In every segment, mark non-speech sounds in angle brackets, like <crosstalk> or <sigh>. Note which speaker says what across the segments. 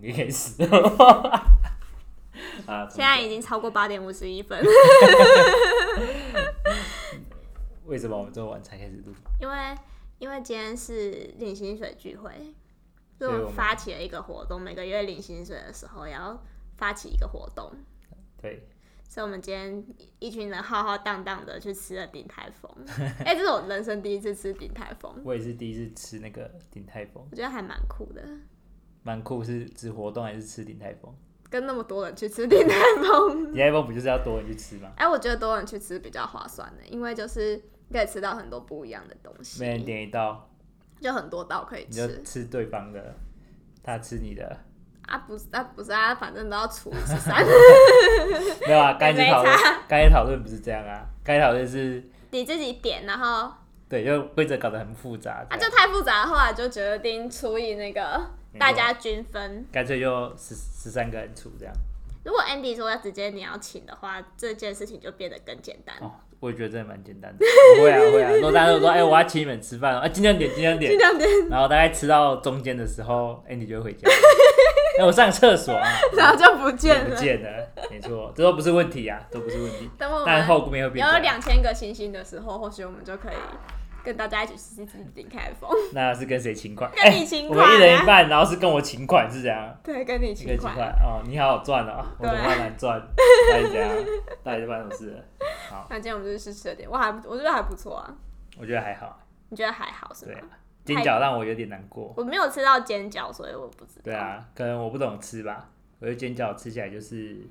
Speaker 1: 也可以死了。 <laughs> 啊，
Speaker 2: 现在已经超过八点五十一 <laughs> 分，
Speaker 1: 为什么我们这么晚才开始录？
Speaker 2: 因为因为今天是领薪水聚会，所
Speaker 1: 所以
Speaker 2: 以我
Speaker 1: 我
Speaker 2: 们
Speaker 1: 们
Speaker 2: 发起了一个活动，每个月领薪水的时候也要发起一个活动，
Speaker 1: 对，
Speaker 2: 所以我们今天一群人浩浩荡荡的去吃了鼎泰 <laughs> 丰，哎、这是我人生第一次吃鼎泰丰，
Speaker 1: 我也是第一次吃那个鼎泰丰，
Speaker 2: 我觉得还蛮酷的，
Speaker 1: 蛮酷。是指活动还是吃鼎泰丰？
Speaker 2: 跟那么多人去吃鼎泰丰。
Speaker 1: 鼎泰丰不就是要多人去吃吗？
Speaker 2: 哎、我觉得多人去吃比较划算的，因为就是可以吃到很多不一样的东西
Speaker 1: 每，人点一道，
Speaker 2: 就很多道可以
Speaker 1: 你就
Speaker 2: 吃
Speaker 1: 吃对方的，他吃你的。
Speaker 2: 啊，不是啊，不是啊，反正都要除十
Speaker 1: <laughs>
Speaker 2: 三。
Speaker 1: 没有
Speaker 2: <laughs>
Speaker 1: 啊，刚才
Speaker 2: 没
Speaker 1: 讨论
Speaker 2: 差，
Speaker 1: 刚才讨论不是这样啊，刚才讨论是
Speaker 2: 你自己点，然后
Speaker 1: 对，就规则搞得很复杂这
Speaker 2: 啊
Speaker 1: 样，
Speaker 2: 就太复杂，后来就决定除以那个
Speaker 1: 没错
Speaker 2: 大家均分。
Speaker 1: 干脆就十十三个人出这样。
Speaker 2: 如果 Andy 说要直接你要请的话，这件事情就变得更简单。 <laughs>
Speaker 1: 哦，我也觉得真的蛮简单的。 <laughs> 我会啊，我会啊。如果大家都说，哎、我要请你们吃饭哦，啊，尽量点，尽量点
Speaker 2: 尽。量点，
Speaker 1: 然后大概吃到中间的时候，哎、你就会回家。 <laughs> 哎、我上厕所啊，
Speaker 2: 然后就不见
Speaker 1: 不
Speaker 2: 了。
Speaker 1: 见了，没错，这都不是问题啊，都不是问题。
Speaker 2: 等我
Speaker 1: 但
Speaker 2: 们
Speaker 1: 后面会变这
Speaker 2: 有
Speaker 1: 样。
Speaker 2: 两千个星星的时候，或许我们就可以跟大家一起吃吃顶开封， <laughs>
Speaker 1: 那是跟谁请款？哎
Speaker 2: 跟你请
Speaker 1: 我
Speaker 2: 款啊
Speaker 1: 们一人一半，然后是跟我请款是这样。
Speaker 2: 对，啊跟你
Speaker 1: 一个
Speaker 2: 请
Speaker 1: 几
Speaker 2: 款。
Speaker 1: 块哦，你好好赚哦，我怎么那么难赚？到底怎样？到底是发生什么事了？
Speaker 2: 那今天我们就是吃了点，我还我觉得还不错啊。
Speaker 1: 我觉得还好，
Speaker 2: 你觉得还好是
Speaker 1: 对
Speaker 2: 吗？
Speaker 1: 啊，煎饺让我有点难过。
Speaker 2: 我没有吃到煎饺，所以我不知道。
Speaker 1: 对，啊，可能我不懂吃吧，我觉得煎饺吃起来就是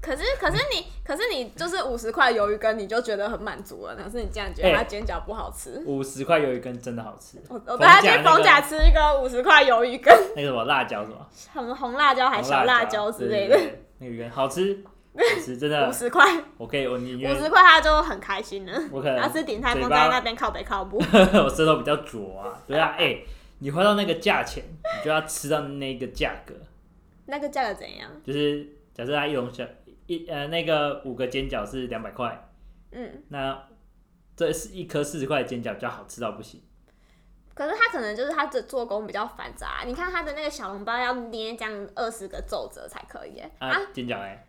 Speaker 2: 可是可是
Speaker 1: 嗯
Speaker 2: 你可是你就是五十块鱿鱼羹，你就觉得很满足了，可是你竟然觉得
Speaker 1: 哎
Speaker 2: 它煎饺不好吃。
Speaker 1: 五十块有一根真的好吃，
Speaker 2: 我我带他
Speaker 1: 冯甲
Speaker 2: 去
Speaker 1: 那个
Speaker 2: 逢甲吃一个五十块鱿鱼羹，
Speaker 1: 那个什么辣椒什么
Speaker 2: 什么红辣椒还小辣椒之类，的，
Speaker 1: 对对对那个一根好吃，好吃真的
Speaker 2: 五，十块
Speaker 1: 我可以我宁
Speaker 2: 五
Speaker 1: 愿
Speaker 2: 十块他就很开心了。
Speaker 1: 我可能
Speaker 2: 然后吃鼎泰丰
Speaker 1: 嘴
Speaker 2: 在
Speaker 1: 巴
Speaker 2: 那边靠北靠
Speaker 1: <laughs>
Speaker 2: 步，
Speaker 1: <laughs> 我舌头比较浊啊，对啊，哎，你花到那个价钱，你就要吃到那个价格，
Speaker 2: 那个价格怎样？
Speaker 1: 就是假设它一笼小一呃那个五个煎饺是两百块，
Speaker 2: 嗯，
Speaker 1: 那这是一颗四十块的煎饺就好吃到不行。
Speaker 2: 可是他可能就是他的做工比较繁杂，你看他的那个小笼包要捏这样二十个皱褶才可以耶，
Speaker 1: 啊，煎饺哎、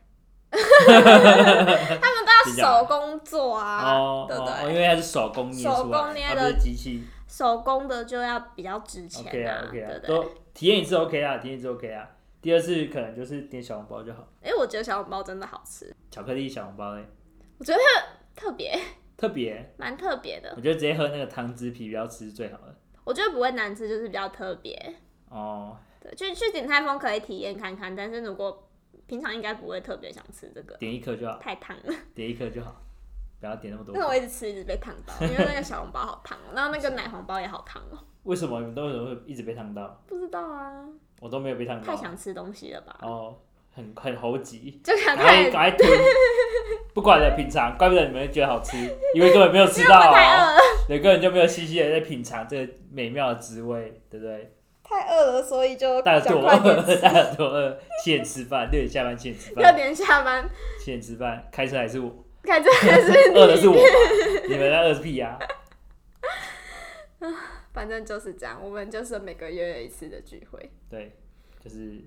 Speaker 2: 他们都要手工做啊，
Speaker 1: 哦
Speaker 2: 对不
Speaker 1: 哦，因
Speaker 2: 对？
Speaker 1: 为它是手工捏出来，
Speaker 2: 手工捏的
Speaker 1: 它不是机器。
Speaker 2: 手工的就要比较值钱
Speaker 1: OK 啊，OK
Speaker 2: 对
Speaker 1: 啊
Speaker 2: 不，对？
Speaker 1: 都体验一次 OK 啊，体验一次 OK 啊。第二次可能就是点小笼包就好，
Speaker 2: 哎，我觉得小笼包真的好吃，
Speaker 1: 巧克力小笼包哎、
Speaker 2: 我觉得特别， <laughs>
Speaker 1: 特别，
Speaker 2: 蛮特别的
Speaker 1: 我。觉得直接喝那个汤汁皮比较吃是最好的。
Speaker 2: 我觉得不会难吃，就是比较特别。
Speaker 1: 哦，
Speaker 2: 对，去去鼎泰丰可以体验看看，但是如果平常应该不会特别想吃这个，
Speaker 1: 点一颗就好，
Speaker 2: 太烫
Speaker 1: <laughs>
Speaker 2: 了。
Speaker 1: 点一颗就好，不要点那么多
Speaker 2: 但。我一直吃，一直被烫到，因为那个小笼包好烫哦、然后那个奶黄包也好烫哦、
Speaker 1: 为什么你们都为什么会一直被烫到？
Speaker 2: 不知道啊，
Speaker 1: 我都没有被烫到。
Speaker 2: 太想吃东西了吧？
Speaker 1: 哦，很很猴急，
Speaker 2: 就想
Speaker 1: 赶快
Speaker 2: 看，
Speaker 1: 赶快吞，
Speaker 2: <laughs>
Speaker 1: 不管了，品尝，怪不得你们会觉得好吃，因为根本没有吃
Speaker 2: 因为
Speaker 1: 到、
Speaker 2: 我太
Speaker 1: 哦，
Speaker 2: 饿了，
Speaker 1: 有个人就没有细细的在品尝这个美妙的滋味，对不对？
Speaker 2: 太饿了，所以就
Speaker 1: 大
Speaker 2: 赶
Speaker 1: 家多
Speaker 2: 快点
Speaker 1: 饿，
Speaker 2: <laughs> 吃。
Speaker 1: 大家多饿，七点吃饭，六点下班，七点吃
Speaker 2: 六
Speaker 1: 饭，
Speaker 2: 点下班，
Speaker 1: 七点吃饭，开车还是
Speaker 2: <laughs>
Speaker 1: 我，
Speaker 2: 看真的是
Speaker 1: <laughs> 饿的是我，你们在饿屁呀、
Speaker 2: 反正就是这样，我们就是每个月一次的聚会。
Speaker 1: 对，就是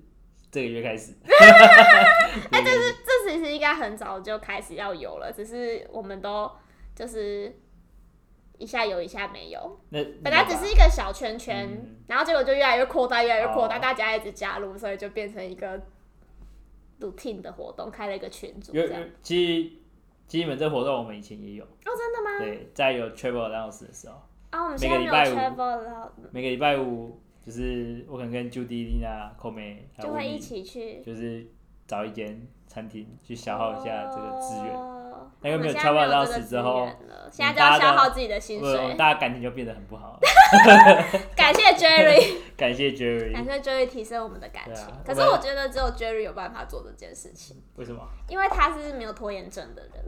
Speaker 1: 这个月开
Speaker 2: <laughs>
Speaker 1: 始，
Speaker 2: 哎、这是这其实应该很早就开始要有了，只是我们都就是一下有一下没有。
Speaker 1: 那
Speaker 2: 本来只是一个小圈圈，
Speaker 1: 嗯
Speaker 2: 然后结果就越来越扩大，越来越扩大，
Speaker 1: 哦
Speaker 2: 大家一直加入，所以就变成一个 routine 的活动，开了一个群组
Speaker 1: 有
Speaker 2: 这
Speaker 1: 有
Speaker 2: 样。，
Speaker 1: 其实其实你们这活动我们以前也有，
Speaker 2: 哦，真的吗？
Speaker 1: 对，在有 travel 老师的时候。
Speaker 2: 啊，我们
Speaker 1: 每
Speaker 2: 现
Speaker 1: 个
Speaker 2: 在没
Speaker 1: 礼
Speaker 2: 有
Speaker 1: 拜五
Speaker 2: travel 了，
Speaker 1: 每个礼拜五就是我可能跟 Judy、Lina、c o m e 还
Speaker 2: 就
Speaker 1: 有
Speaker 2: 会一
Speaker 1: Winnie，
Speaker 2: 起去
Speaker 1: 就是找一间餐厅去消耗一下这个资源。
Speaker 2: 哦
Speaker 1: 那个没有
Speaker 2: 我们现在
Speaker 1: travel
Speaker 2: 没有这个
Speaker 1: allowance
Speaker 2: 资
Speaker 1: 之后
Speaker 2: 源了，现在
Speaker 1: 我们大家
Speaker 2: 就要消
Speaker 1: 的
Speaker 2: 耗自己的薪
Speaker 1: 我 <laughs> 我们
Speaker 2: 水。
Speaker 1: 大家感情就变得很不好了。
Speaker 2: 感谢 Jerry，
Speaker 1: 感谢
Speaker 2: 感
Speaker 1: Jerry，
Speaker 2: 谢 Jerry 提升我们的感情
Speaker 1: 对啊。
Speaker 2: 可是
Speaker 1: 我们
Speaker 2: 我觉得只有 Jerry 有办法做这件事情，
Speaker 1: 为什么？
Speaker 2: 因为他是没有拖延症的人。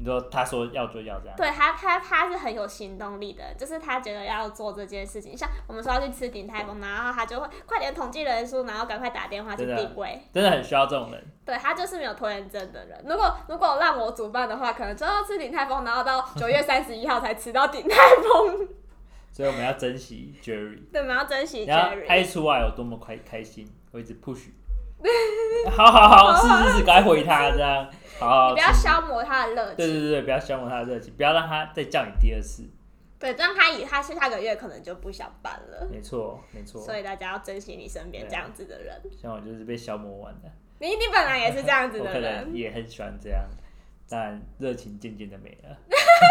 Speaker 1: 你说他说要就要这样，
Speaker 2: 对他，他他是很有行动力的，就是他觉得要做这件事情，像我们说要去吃鼎泰丰，然后他就会快点统计人数，然后赶快打电话去
Speaker 1: 真的
Speaker 2: 定位。
Speaker 1: 真的很需要这种人。
Speaker 2: 对他就是没有拖延症的人。如果如果让我主办的话，可能就要吃鼎泰丰，然后到 <laughs> 九月三十一号才吃到鼎泰丰。
Speaker 1: 所以我们要珍惜 Jerry，
Speaker 2: 对，我们要珍惜
Speaker 1: 然后
Speaker 2: Jerry。
Speaker 1: 拍出来有多么开开心，我一直 push。好好好，是是是，该回他这样，好好
Speaker 2: 你不要消磨他的热
Speaker 1: 对
Speaker 2: 情，
Speaker 1: 对对，不要消磨他的热情，不要让他再叫你第二次。
Speaker 2: 对，让他以他下个月可能就不想办了，
Speaker 1: 没错，没错，
Speaker 2: 所以大家要珍惜你身边
Speaker 1: 对啊
Speaker 2: 这样子的人。
Speaker 1: 像我就是被消磨完的，
Speaker 2: 你你本来也是这样子
Speaker 1: <laughs> 我
Speaker 2: 的
Speaker 1: 可
Speaker 2: 人
Speaker 1: 能。也很喜欢这样，但热情渐渐的没
Speaker 2: <laughs>
Speaker 1: 了。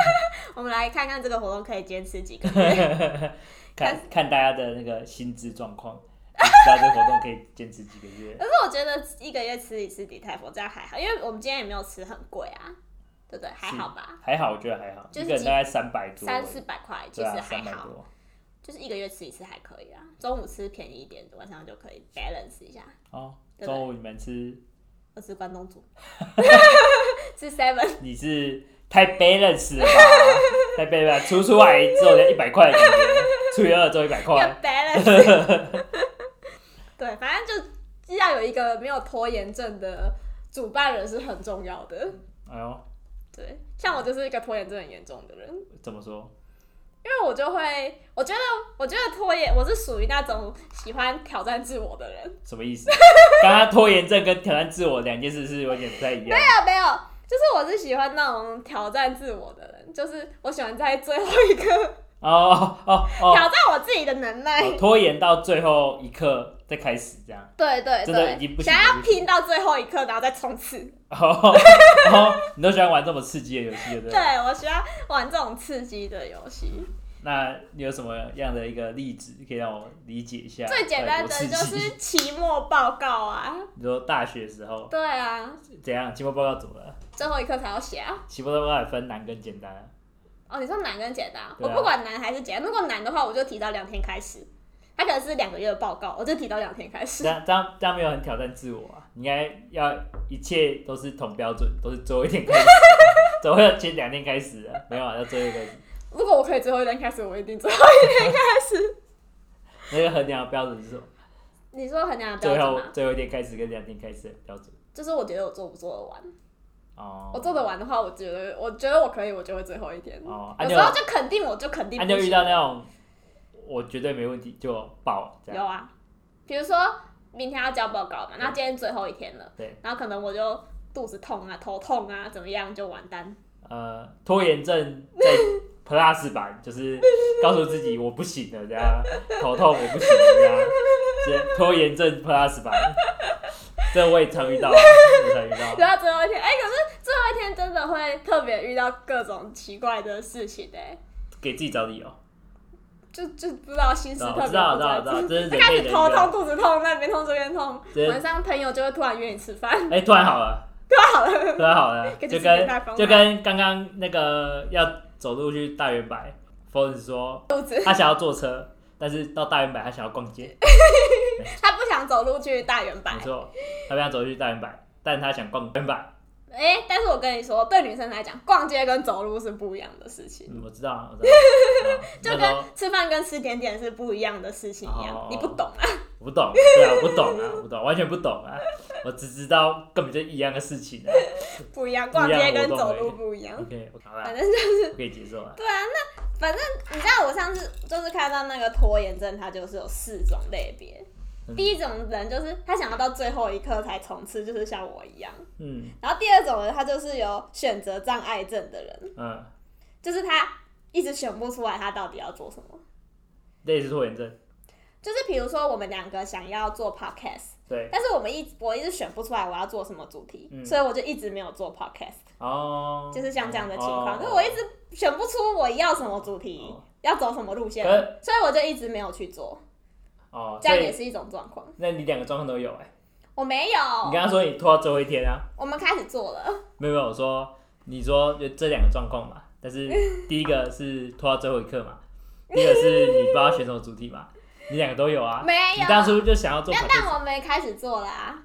Speaker 2: <laughs> 我们来看看这个活动可以坚持几个。
Speaker 1: 看看大家的那个薪资状况，就知道这个活动可以坚持几个月
Speaker 2: 可。是我觉得一个月吃一次底泰佛这样还好，因为我们今天也没有吃很贵啊，对不对？还好吧，
Speaker 1: 还好，我觉得还好，
Speaker 2: 就是
Speaker 1: 一个人大概三百多而已，
Speaker 2: 三四百块其
Speaker 1: 对
Speaker 2: 实
Speaker 1: 啊，
Speaker 2: 还
Speaker 1: 三百
Speaker 2: 好，
Speaker 1: 多。
Speaker 2: 就是一个月吃一次还可以啊。中午吃便宜一点，晚上就可以 balance 一下。
Speaker 1: 哦，
Speaker 2: 对不对
Speaker 1: 中午你们吃，
Speaker 2: 我吃
Speaker 1: <laughs>
Speaker 2: 关东煮， <laughs> 吃 seven，
Speaker 1: 你是太 balance 了吧？太 balance，除出来之后的一百块的感觉，除以二之后一百
Speaker 2: 要 <laughs>
Speaker 1: 块。
Speaker 2: balance。对，反正就要有一个没有拖延症的主办人是很重要的。
Speaker 1: 哎呦，
Speaker 2: 对，像我就是一个拖延症很严重的人。
Speaker 1: 怎么说？
Speaker 2: 因为我就会，我觉得，我觉得拖延，我是属于那种喜欢挑战自我的人。
Speaker 1: 什么意思？刚刚拖延症跟挑战自我两件事是有点不太一样。
Speaker 2: 没有，没有，就是我是喜欢那种挑战自我的人，就是我喜欢在最后一刻
Speaker 1: 哦哦
Speaker 2: 挑
Speaker 1: 哦
Speaker 2: 战我自己的能耐。
Speaker 1: 哦，拖延到最后一刻再开始这样。
Speaker 2: 对对
Speaker 1: 真的已经
Speaker 2: 对，
Speaker 1: 不行
Speaker 2: 想要
Speaker 1: 不行
Speaker 2: 拼到最后一刻，然后再冲刺。
Speaker 1: 哦，哦你都喜欢玩这么刺激的游戏，对啊不
Speaker 2: 对
Speaker 1: 对？
Speaker 2: 我喜欢玩这种刺激的游戏。
Speaker 1: 那你有什么样的一个例子可以让我理解一下？
Speaker 2: 最简单
Speaker 1: 到
Speaker 2: 的
Speaker 1: 底
Speaker 2: 就
Speaker 1: 多刺激
Speaker 2: 是期末报告啊，
Speaker 1: 你说大学时候
Speaker 2: 对啊，
Speaker 1: 怎样？期末报告怎么了？
Speaker 2: 最后一刻才要写啊。
Speaker 1: 期末报告也分难跟简单啊。
Speaker 2: 哦，你说难跟简单啊？
Speaker 1: 对
Speaker 2: 我
Speaker 1: 啊
Speaker 2: 不管难还是简单，如果难的话，我就提到两天开始。它可能是两个月的报告，我就提到两天开始
Speaker 1: 这。样这样这样没有很挑战自我啊，你应该要一切都是同标准，都是最后一天开始
Speaker 2: <laughs>
Speaker 1: 啊，怎么会有前两天开始啊？没有啊，要最后一天开始。
Speaker 2: 如果我可以最后一天开始，我一定最后一天开始。
Speaker 1: 那个衡量的标准是什么？
Speaker 2: <laughs> 你说衡量的标
Speaker 1: 最后
Speaker 2: 准吗？啊
Speaker 1: 最后一天开始跟两天开始的标准。
Speaker 2: 就是我觉得我做不做得完。
Speaker 1: 哦，
Speaker 2: 我做得完的话，我觉得我觉得我可以，我就会最后一天。
Speaker 1: 哦，啊
Speaker 2: 有
Speaker 1: 你
Speaker 2: 时候就肯定我就肯定
Speaker 1: 啊
Speaker 2: 不
Speaker 1: 你有
Speaker 2: 行。
Speaker 1: 遇到那种我绝对没问题就爆这样，
Speaker 2: 有啊，比如说明天要交报告嘛，那今天最后一天了，
Speaker 1: 对，
Speaker 2: 然后可能我就肚子痛啊、头痛啊，怎么样就完蛋。
Speaker 1: 呃，拖延症
Speaker 2: <laughs>
Speaker 1: 在 Plus 版就是告诉自己我不行了，这样头痛我不行了，这样这拖延症 Plus 版，这我也常遇到，啊我也常遇到。
Speaker 2: <laughs>
Speaker 1: 啊
Speaker 2: 然后最后一天，哎、可是最后一天真的会特别遇到各种奇怪的事情哎、
Speaker 1: 给自己找理由，
Speaker 2: 就就不知道心
Speaker 1: 知
Speaker 2: 思
Speaker 1: 道
Speaker 2: 特
Speaker 1: 我
Speaker 2: 别
Speaker 1: 知道我
Speaker 2: 复
Speaker 1: 知道
Speaker 2: 杂
Speaker 1: 我知。道，这是
Speaker 2: <laughs> 就
Speaker 1: 人
Speaker 2: 开
Speaker 1: 类
Speaker 2: 始
Speaker 1: 的一
Speaker 2: 头
Speaker 1: 个
Speaker 2: 痛、肚子痛，那边痛这边痛，
Speaker 1: 这
Speaker 2: 晚上朋友就会突然约你吃饭， <laughs>
Speaker 1: 哎，突然好了，
Speaker 2: 好了，
Speaker 1: 突然好了，
Speaker 2: 给
Speaker 1: 就
Speaker 2: 自己一
Speaker 1: 跟
Speaker 2: 大方
Speaker 1: 就跟刚刚那个要走路去大圆柏 f o 说
Speaker 2: 肚子，
Speaker 1: 他想要坐车，但是到大圆柏他想要逛街。
Speaker 2: 他不想走路去大圆柏
Speaker 1: 没。错，他不想走去大圆柏，但他想逛大圆柏。
Speaker 2: 哎、但是我跟你说，对女生来讲，逛街跟走路是不一样的事情，
Speaker 1: 嗯我知道啊，
Speaker 2: <laughs>
Speaker 1: 我知道啊。
Speaker 2: 就
Speaker 1: 那时候
Speaker 2: 跟吃饭跟吃甜点是不一样的事情一样，
Speaker 1: 哦
Speaker 2: 你不懂啊？
Speaker 1: 我不
Speaker 2: <laughs>
Speaker 1: 懂，对啊，我不懂啊，我不懂，完全不懂啊。我只知道根本就一样的事情啊。
Speaker 2: 不一样，
Speaker 1: 不一样
Speaker 2: 逛街跟
Speaker 1: 我懂
Speaker 2: 走
Speaker 1: 了
Speaker 2: 路不一样。
Speaker 1: OK，我好啦
Speaker 2: 嗯反，正就是
Speaker 1: 我可以接受啊。
Speaker 2: 对啊，那反正你知道，我上次就是看到那个拖延症，它就是有四种类别。
Speaker 1: 嗯
Speaker 2: 第一种人就是他想要到最后一刻才冲刺，就是像我一样。
Speaker 1: 嗯
Speaker 2: 然后第二种人，他就是有选择障碍症的人，
Speaker 1: 嗯，
Speaker 2: 就是他一直选不出来他到底要做什么。
Speaker 1: 类似拖延症，
Speaker 2: 就是比如说，我们两个想要做 podcast，
Speaker 1: 对。
Speaker 2: 但是我们一我一直选不出来我要做什么主题，
Speaker 1: 嗯
Speaker 2: 所以我就一直没有做 podcast，
Speaker 1: 哦，
Speaker 2: 就是像这样的情况，
Speaker 1: 哦
Speaker 2: 就是我一直选不出我要什么主题，
Speaker 1: 哦
Speaker 2: 要走什么路线，
Speaker 1: 可是
Speaker 2: 所以我就一直没有去做，
Speaker 1: 哦，
Speaker 2: 这
Speaker 1: 所
Speaker 2: 样也
Speaker 1: 以
Speaker 2: 是一种状况。
Speaker 1: 那你两个状况都有哎。
Speaker 2: 我没有，
Speaker 1: 你刚刚说你拖到最后一天啊？
Speaker 2: 我们开始做了，
Speaker 1: 没有没有，我说你说就这两个状况嘛，但是第一个是拖到最后一刻
Speaker 2: <laughs>
Speaker 1: 嘛，第一个是你不知道选什么主题嘛，你两个都有啊。
Speaker 2: 没
Speaker 1: 你
Speaker 2: 有，
Speaker 1: 当初就想要做
Speaker 2: 但
Speaker 1: podcast，
Speaker 2: 但我们开始做了啊。
Speaker 1: 哦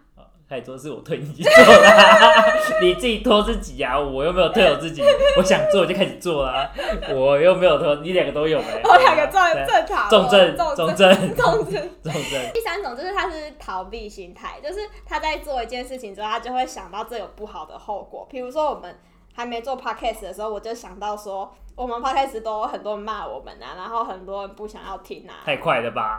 Speaker 1: 开始做是我推你去做啦， <laughs> 你自己拖自己啊，我又没有推我自己，我想做我就开始做啦，我又没有拖，你两个都有呗、
Speaker 2: 我哦两个重
Speaker 1: 对啊
Speaker 2: 正
Speaker 1: 重
Speaker 2: 常，
Speaker 1: 症
Speaker 2: 重
Speaker 1: 重
Speaker 2: 症
Speaker 1: 症
Speaker 2: 重症。
Speaker 1: 重症，
Speaker 2: 第三种就是他是逃避心态，就是他在做一件事情之后，他就会想到这有不好的后果。比如说我们还没做 podcast 的时候，我就想到说，我们 podcast 都有很多人骂我们啊，然后很多人不想要听啊，
Speaker 1: 太快了
Speaker 2: <laughs>
Speaker 1: 吧？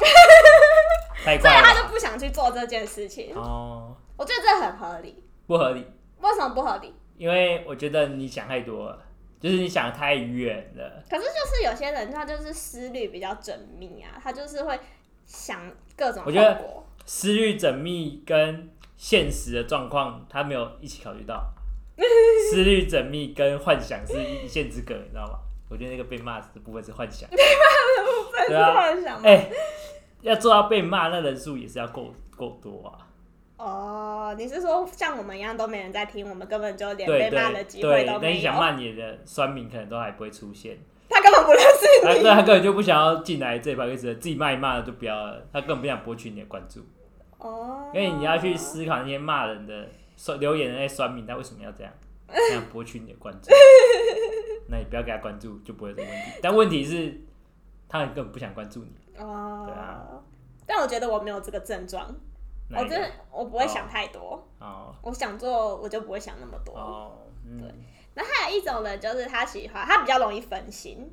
Speaker 1: 太
Speaker 2: 所以
Speaker 1: 快
Speaker 2: 他
Speaker 1: 了
Speaker 2: 就不想去做这件事情
Speaker 1: 吧。。哦，
Speaker 2: 我觉得这很合理，
Speaker 1: 不合理，
Speaker 2: 为什么不合理？
Speaker 1: 因为我觉得你想太多了，就是你想太远了。
Speaker 2: 可是就是有些人他就是思虑比较缜密啊，他就是会想各种
Speaker 1: 我
Speaker 2: 后
Speaker 1: 觉得
Speaker 2: 果。
Speaker 1: 思虑缜密跟现实的状况，他没有一起考虑到。
Speaker 2: <laughs>
Speaker 1: 思虑缜密跟幻想是一线之隔，你知道吗？我觉得那个被骂的部分是幻想。对啊
Speaker 2: 幻想吗
Speaker 1: 哎、要做到被骂，那人数也是要够够多啊。
Speaker 2: 哦，你是说像我们一样都没人在听，我们根本就连
Speaker 1: 对
Speaker 2: 被
Speaker 1: 对
Speaker 2: 骂的机会
Speaker 1: 对
Speaker 2: 都，
Speaker 1: 那你
Speaker 2: 没有
Speaker 1: 想？骂你的酸民可能都还不会出现，
Speaker 2: 他根本不认识
Speaker 1: 他
Speaker 2: 你。
Speaker 1: 对他根本就不想要进来这一把，就自己骂一骂就不要了，他根本不想博取你的关注，
Speaker 2: 哦，
Speaker 1: 因为你要去思考那些骂人的酸留言的那些酸民，他为什么要这样，想博取你的
Speaker 2: <laughs>
Speaker 1: 关注，那你不要给他关注就不会有这个问题，但问题是他根本不想关注你，
Speaker 2: 哦，
Speaker 1: 对啊
Speaker 2: 但我觉得我没有这个症状，
Speaker 1: 那
Speaker 2: 我
Speaker 1: 一个
Speaker 2: 真的我不会
Speaker 1: 哦
Speaker 2: 想太多，
Speaker 1: 哦
Speaker 2: 我想做我就不会想那么多。
Speaker 1: 哦嗯
Speaker 2: 对，那还有一种人就是他喜欢，他比较容易分心。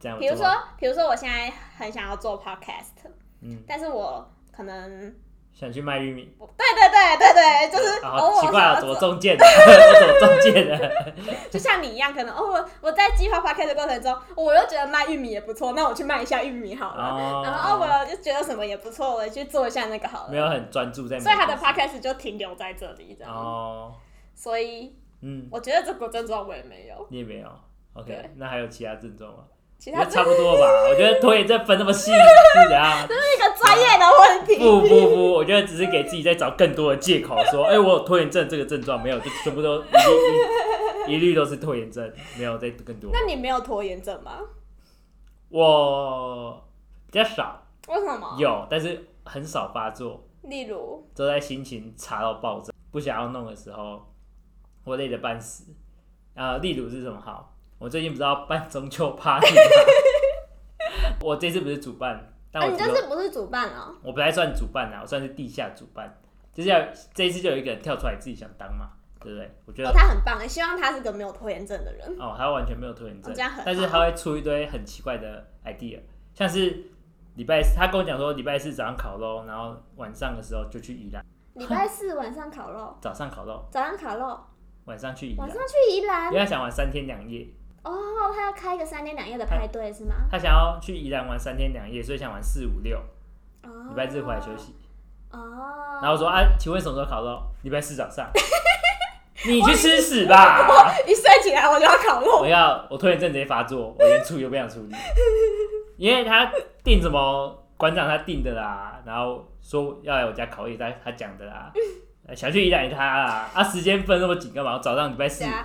Speaker 1: 这样
Speaker 2: 比如
Speaker 1: 我做啊到
Speaker 2: 说，比如说我现在很想要做 podcast，
Speaker 1: 嗯
Speaker 2: 但是我可能
Speaker 1: 想去卖玉米，
Speaker 2: 我对对对对
Speaker 1: <laughs>
Speaker 2: 对，就是
Speaker 1: 啊
Speaker 2: 偶
Speaker 1: 好奇
Speaker 2: 尔
Speaker 1: 怪
Speaker 2: 哦想
Speaker 1: 啊，
Speaker 2: 要
Speaker 1: 怎么
Speaker 2: 做，
Speaker 1: 中箭的， <laughs> 我怎么中箭的？
Speaker 2: 就像你一样，可能哦，我我在计划 podcast 的过程中，我又觉得卖玉米也不错，那我去卖一下玉米好了。
Speaker 1: 哦
Speaker 2: <laughs> 然后哦我就觉得什么也不错，我也去做一下那个好了。
Speaker 1: 没有很专注在，
Speaker 2: 所以他的 podcast 就停留在这里，这样。
Speaker 1: 哦，
Speaker 2: 所以
Speaker 1: 嗯，
Speaker 2: 我觉得这个症状我也没有，
Speaker 1: 你也没有，OK，
Speaker 2: 对
Speaker 1: 那还有其他症状吗？
Speaker 2: 其
Speaker 1: 我
Speaker 2: 他
Speaker 1: 觉得
Speaker 2: 这
Speaker 1: 差不多
Speaker 2: <laughs>
Speaker 1: 吧，我觉得拖延症分那么细是怎样？
Speaker 2: 是一个专业的问题。
Speaker 1: 不不不，我觉得只是给自己在找更多的借口，说，哎、我有拖延症这个症状没有，就全部都一律一一律都是拖延症，没有再更多。
Speaker 2: 那你没有拖延症吗？
Speaker 1: 我比较少
Speaker 2: 为什么？
Speaker 1: 有，但是很少发作，
Speaker 2: 例如，
Speaker 1: 都在心情差到爆炸，不想要弄的时候，我累得半死。呃，例如是什么好？我最近不是要办中秋 party 吗？我这次不是主办，但
Speaker 2: <laughs> 啊，
Speaker 1: 我
Speaker 2: 你
Speaker 1: 只
Speaker 2: 这
Speaker 1: 有、
Speaker 2: 次不是主办哦？
Speaker 1: 我不太算主办啊啦，我算是地下主办，就是要这一次就有一个人跳出来自己想当嘛，对不对？啊我觉得
Speaker 2: 哦，他很棒，希望他是个没有拖延症的
Speaker 1: <laughs>
Speaker 2: 人。
Speaker 1: 哦，他完全没有拖延症
Speaker 2: 哦这样，很
Speaker 1: 但是他会出一堆很奇怪的 idea，像是礼拜四，他跟我讲说礼拜四早上烤肉，然后晚上的时候就去宜兰，
Speaker 2: 礼拜四晚上烤肉，
Speaker 1: 早上烤肉，
Speaker 2: 早上烤肉，
Speaker 1: 晚上去宜兰
Speaker 2: 晚，上去宜兰
Speaker 1: 因。为他想玩三天两夜，
Speaker 2: 哦，他要开一个三天两夜的派对是吗？
Speaker 1: 他想要去宜兰玩三天两夜，所以想玩四五六，
Speaker 2: 哦，
Speaker 1: 礼拜日回来休。息。
Speaker 2: 哦，
Speaker 1: 然后我说啊，请问什么时候烤肉？礼拜四早
Speaker 2: <laughs>
Speaker 1: 上。你去吃屎吧！
Speaker 2: 一睡起来我就要烤肉
Speaker 1: 我。要我拖延症直接发作，我连处理都不想处理，因为他定什么馆长他定的啦，然后说要来我家烤肉，他他讲的啦，呃想去宜兰也他啦，啊时间分那么紧干嘛？我早上礼拜
Speaker 2: <laughs>
Speaker 1: 四
Speaker 2: 对啊，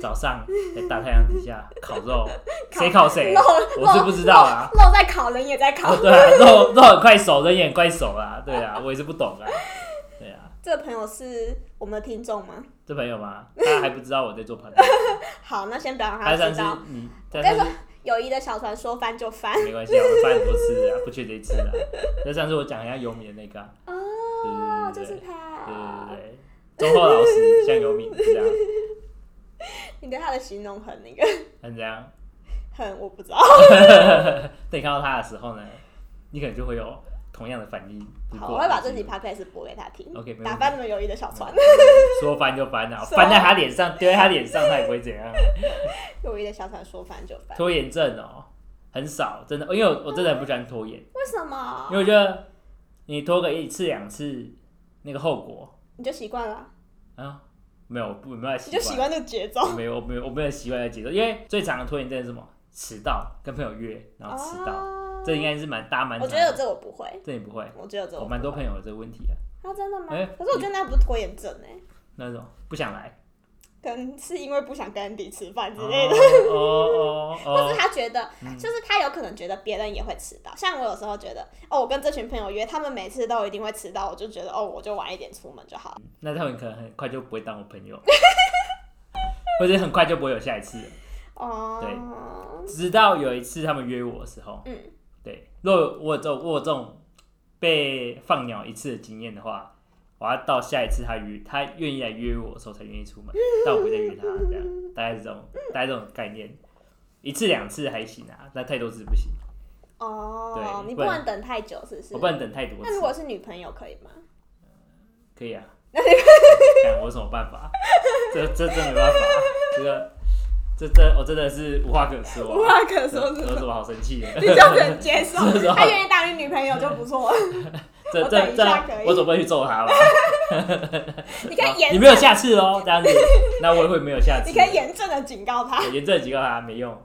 Speaker 1: 早上在大太阳底下烤
Speaker 2: <laughs>
Speaker 1: 肉，
Speaker 2: 烤
Speaker 1: 谁烤谁
Speaker 2: 肉？
Speaker 1: 我是
Speaker 2: 肉
Speaker 1: 不知道啊。
Speaker 2: 肉在烤，人也在烤
Speaker 1: 哦，。 <laughs> 对啊，肉肉很快熟，人也很快熟啦，对啊，我也是不懂啊，对啊，
Speaker 2: 这个朋友是我们的听众吗？
Speaker 1: 这朋友吗？他还不知道我在做
Speaker 2: <laughs>
Speaker 1: 朋友，
Speaker 2: 好，那先不要让
Speaker 1: 他
Speaker 2: 他
Speaker 1: 上
Speaker 2: 知
Speaker 1: 次
Speaker 2: 道。
Speaker 1: 你，他
Speaker 2: 跟
Speaker 1: 上
Speaker 2: 你
Speaker 1: 次
Speaker 2: 友谊的小船说翻就翻。
Speaker 1: 没关系啊，我翻很多次啊，不缺这一次啊，那上次我讲一下尤米的那个啊、
Speaker 2: 哦，
Speaker 1: 对
Speaker 2: 就
Speaker 1: 对对
Speaker 2: 是他。
Speaker 1: 对对对，中后老师像尤米这样，
Speaker 2: 你对他的形容很那个，
Speaker 1: 很这样， <laughs>
Speaker 2: 很我不知道。
Speaker 1: 等你看到他的时候呢，你可能就会有同样的反应。就是
Speaker 2: 好，
Speaker 1: 不
Speaker 2: 我会把
Speaker 1: 好
Speaker 2: 这
Speaker 1: 意思
Speaker 2: 集 podcast 播给他听
Speaker 1: OK，没问题嗯
Speaker 2: 打翻你们友谊的小船。
Speaker 1: 说翻就翻啊，
Speaker 2: 说
Speaker 1: 翻在他脸上，丢在他脸上，他也不会怎样。
Speaker 2: 友谊的小船说翻就翻。
Speaker 1: 拖延症哦，很少，真的，因为我我真的很不喜欢拖延，
Speaker 2: 为什么
Speaker 1: 因？为我觉得你拖个一次两次，那个后果
Speaker 2: 你就习惯了，
Speaker 1: 啊，没有，我不没有
Speaker 2: 你
Speaker 1: 习
Speaker 2: 就习惯这个节奏
Speaker 1: 我。没有，我没有，我没有习惯的节奏，因为最常的拖延症是什么？迟到，跟朋友约，然后迟到，
Speaker 2: 哦
Speaker 1: 这应该是蛮大蛮
Speaker 2: 我
Speaker 1: 常
Speaker 2: 觉得有
Speaker 1: 的。
Speaker 2: 这我不会，
Speaker 1: 这你不会，
Speaker 2: 我觉得有这
Speaker 1: 我
Speaker 2: 我
Speaker 1: 蛮多
Speaker 2: 不会。
Speaker 1: 朋友有这个问题的，
Speaker 2: 啊，真的吗
Speaker 1: 哎？
Speaker 2: 可是我觉得那不是拖延症哎，
Speaker 1: 那种不想
Speaker 2: <laughs>
Speaker 1: 来，
Speaker 2: 可能是因为不想跟你吃饭之
Speaker 1: 哦
Speaker 2: 类的，
Speaker 1: 哦哦
Speaker 2: <laughs> 或是
Speaker 1: 哦，
Speaker 2: 他觉得，就是他有可能觉得别人也会迟到。像我有时候觉得，哦，我跟这群朋友约，他们每次都一定会迟到，我就觉得，哦，我就晚一点出门就好了。
Speaker 1: 那他们可能很快就不会当我朋友，或者很快就不会有下一次了。嗯
Speaker 2: 哦，
Speaker 1: 直到有一次他们约我的时候，
Speaker 2: 嗯，
Speaker 1: 对，若我有这种我有这种被放鸟一次的经验的话，我要到下一次他约他愿意来约我的时候才愿意出
Speaker 2: <laughs>
Speaker 1: 门，但我不会再约他，这样大概是这种大概这种概念。一次两次还行啊，那太多次不行，
Speaker 2: 哦，
Speaker 1: 对
Speaker 2: 你
Speaker 1: 不
Speaker 2: 不
Speaker 1: 然
Speaker 2: 能等太久，是不是
Speaker 1: 我？不能等太多
Speaker 2: 那如
Speaker 1: 次。
Speaker 2: 果是女朋友可以吗？
Speaker 1: 可以
Speaker 2: <laughs>
Speaker 1: 啊，看我有什么办法？这这真没办法，啊这个这这我真的是无话可说啊、
Speaker 2: 无话可
Speaker 1: 这
Speaker 2: 说，是不
Speaker 1: 有
Speaker 2: 是
Speaker 1: 什？么好生气的？
Speaker 2: <laughs> 你就只能接受
Speaker 1: <laughs> 是不是，
Speaker 2: 他愿意当你女朋友就不
Speaker 1: <laughs>
Speaker 2: 错了。
Speaker 1: 这
Speaker 2: 我等
Speaker 1: 这
Speaker 2: 一
Speaker 1: 这
Speaker 2: 下可，以
Speaker 1: 我总不会去揍他吧？
Speaker 2: 你可以严
Speaker 1: 你没有下次哦，这样
Speaker 2: <laughs>
Speaker 1: 子，那我也会没有下次。
Speaker 2: 你可以严正的警告他。
Speaker 1: 我严正警告他没用，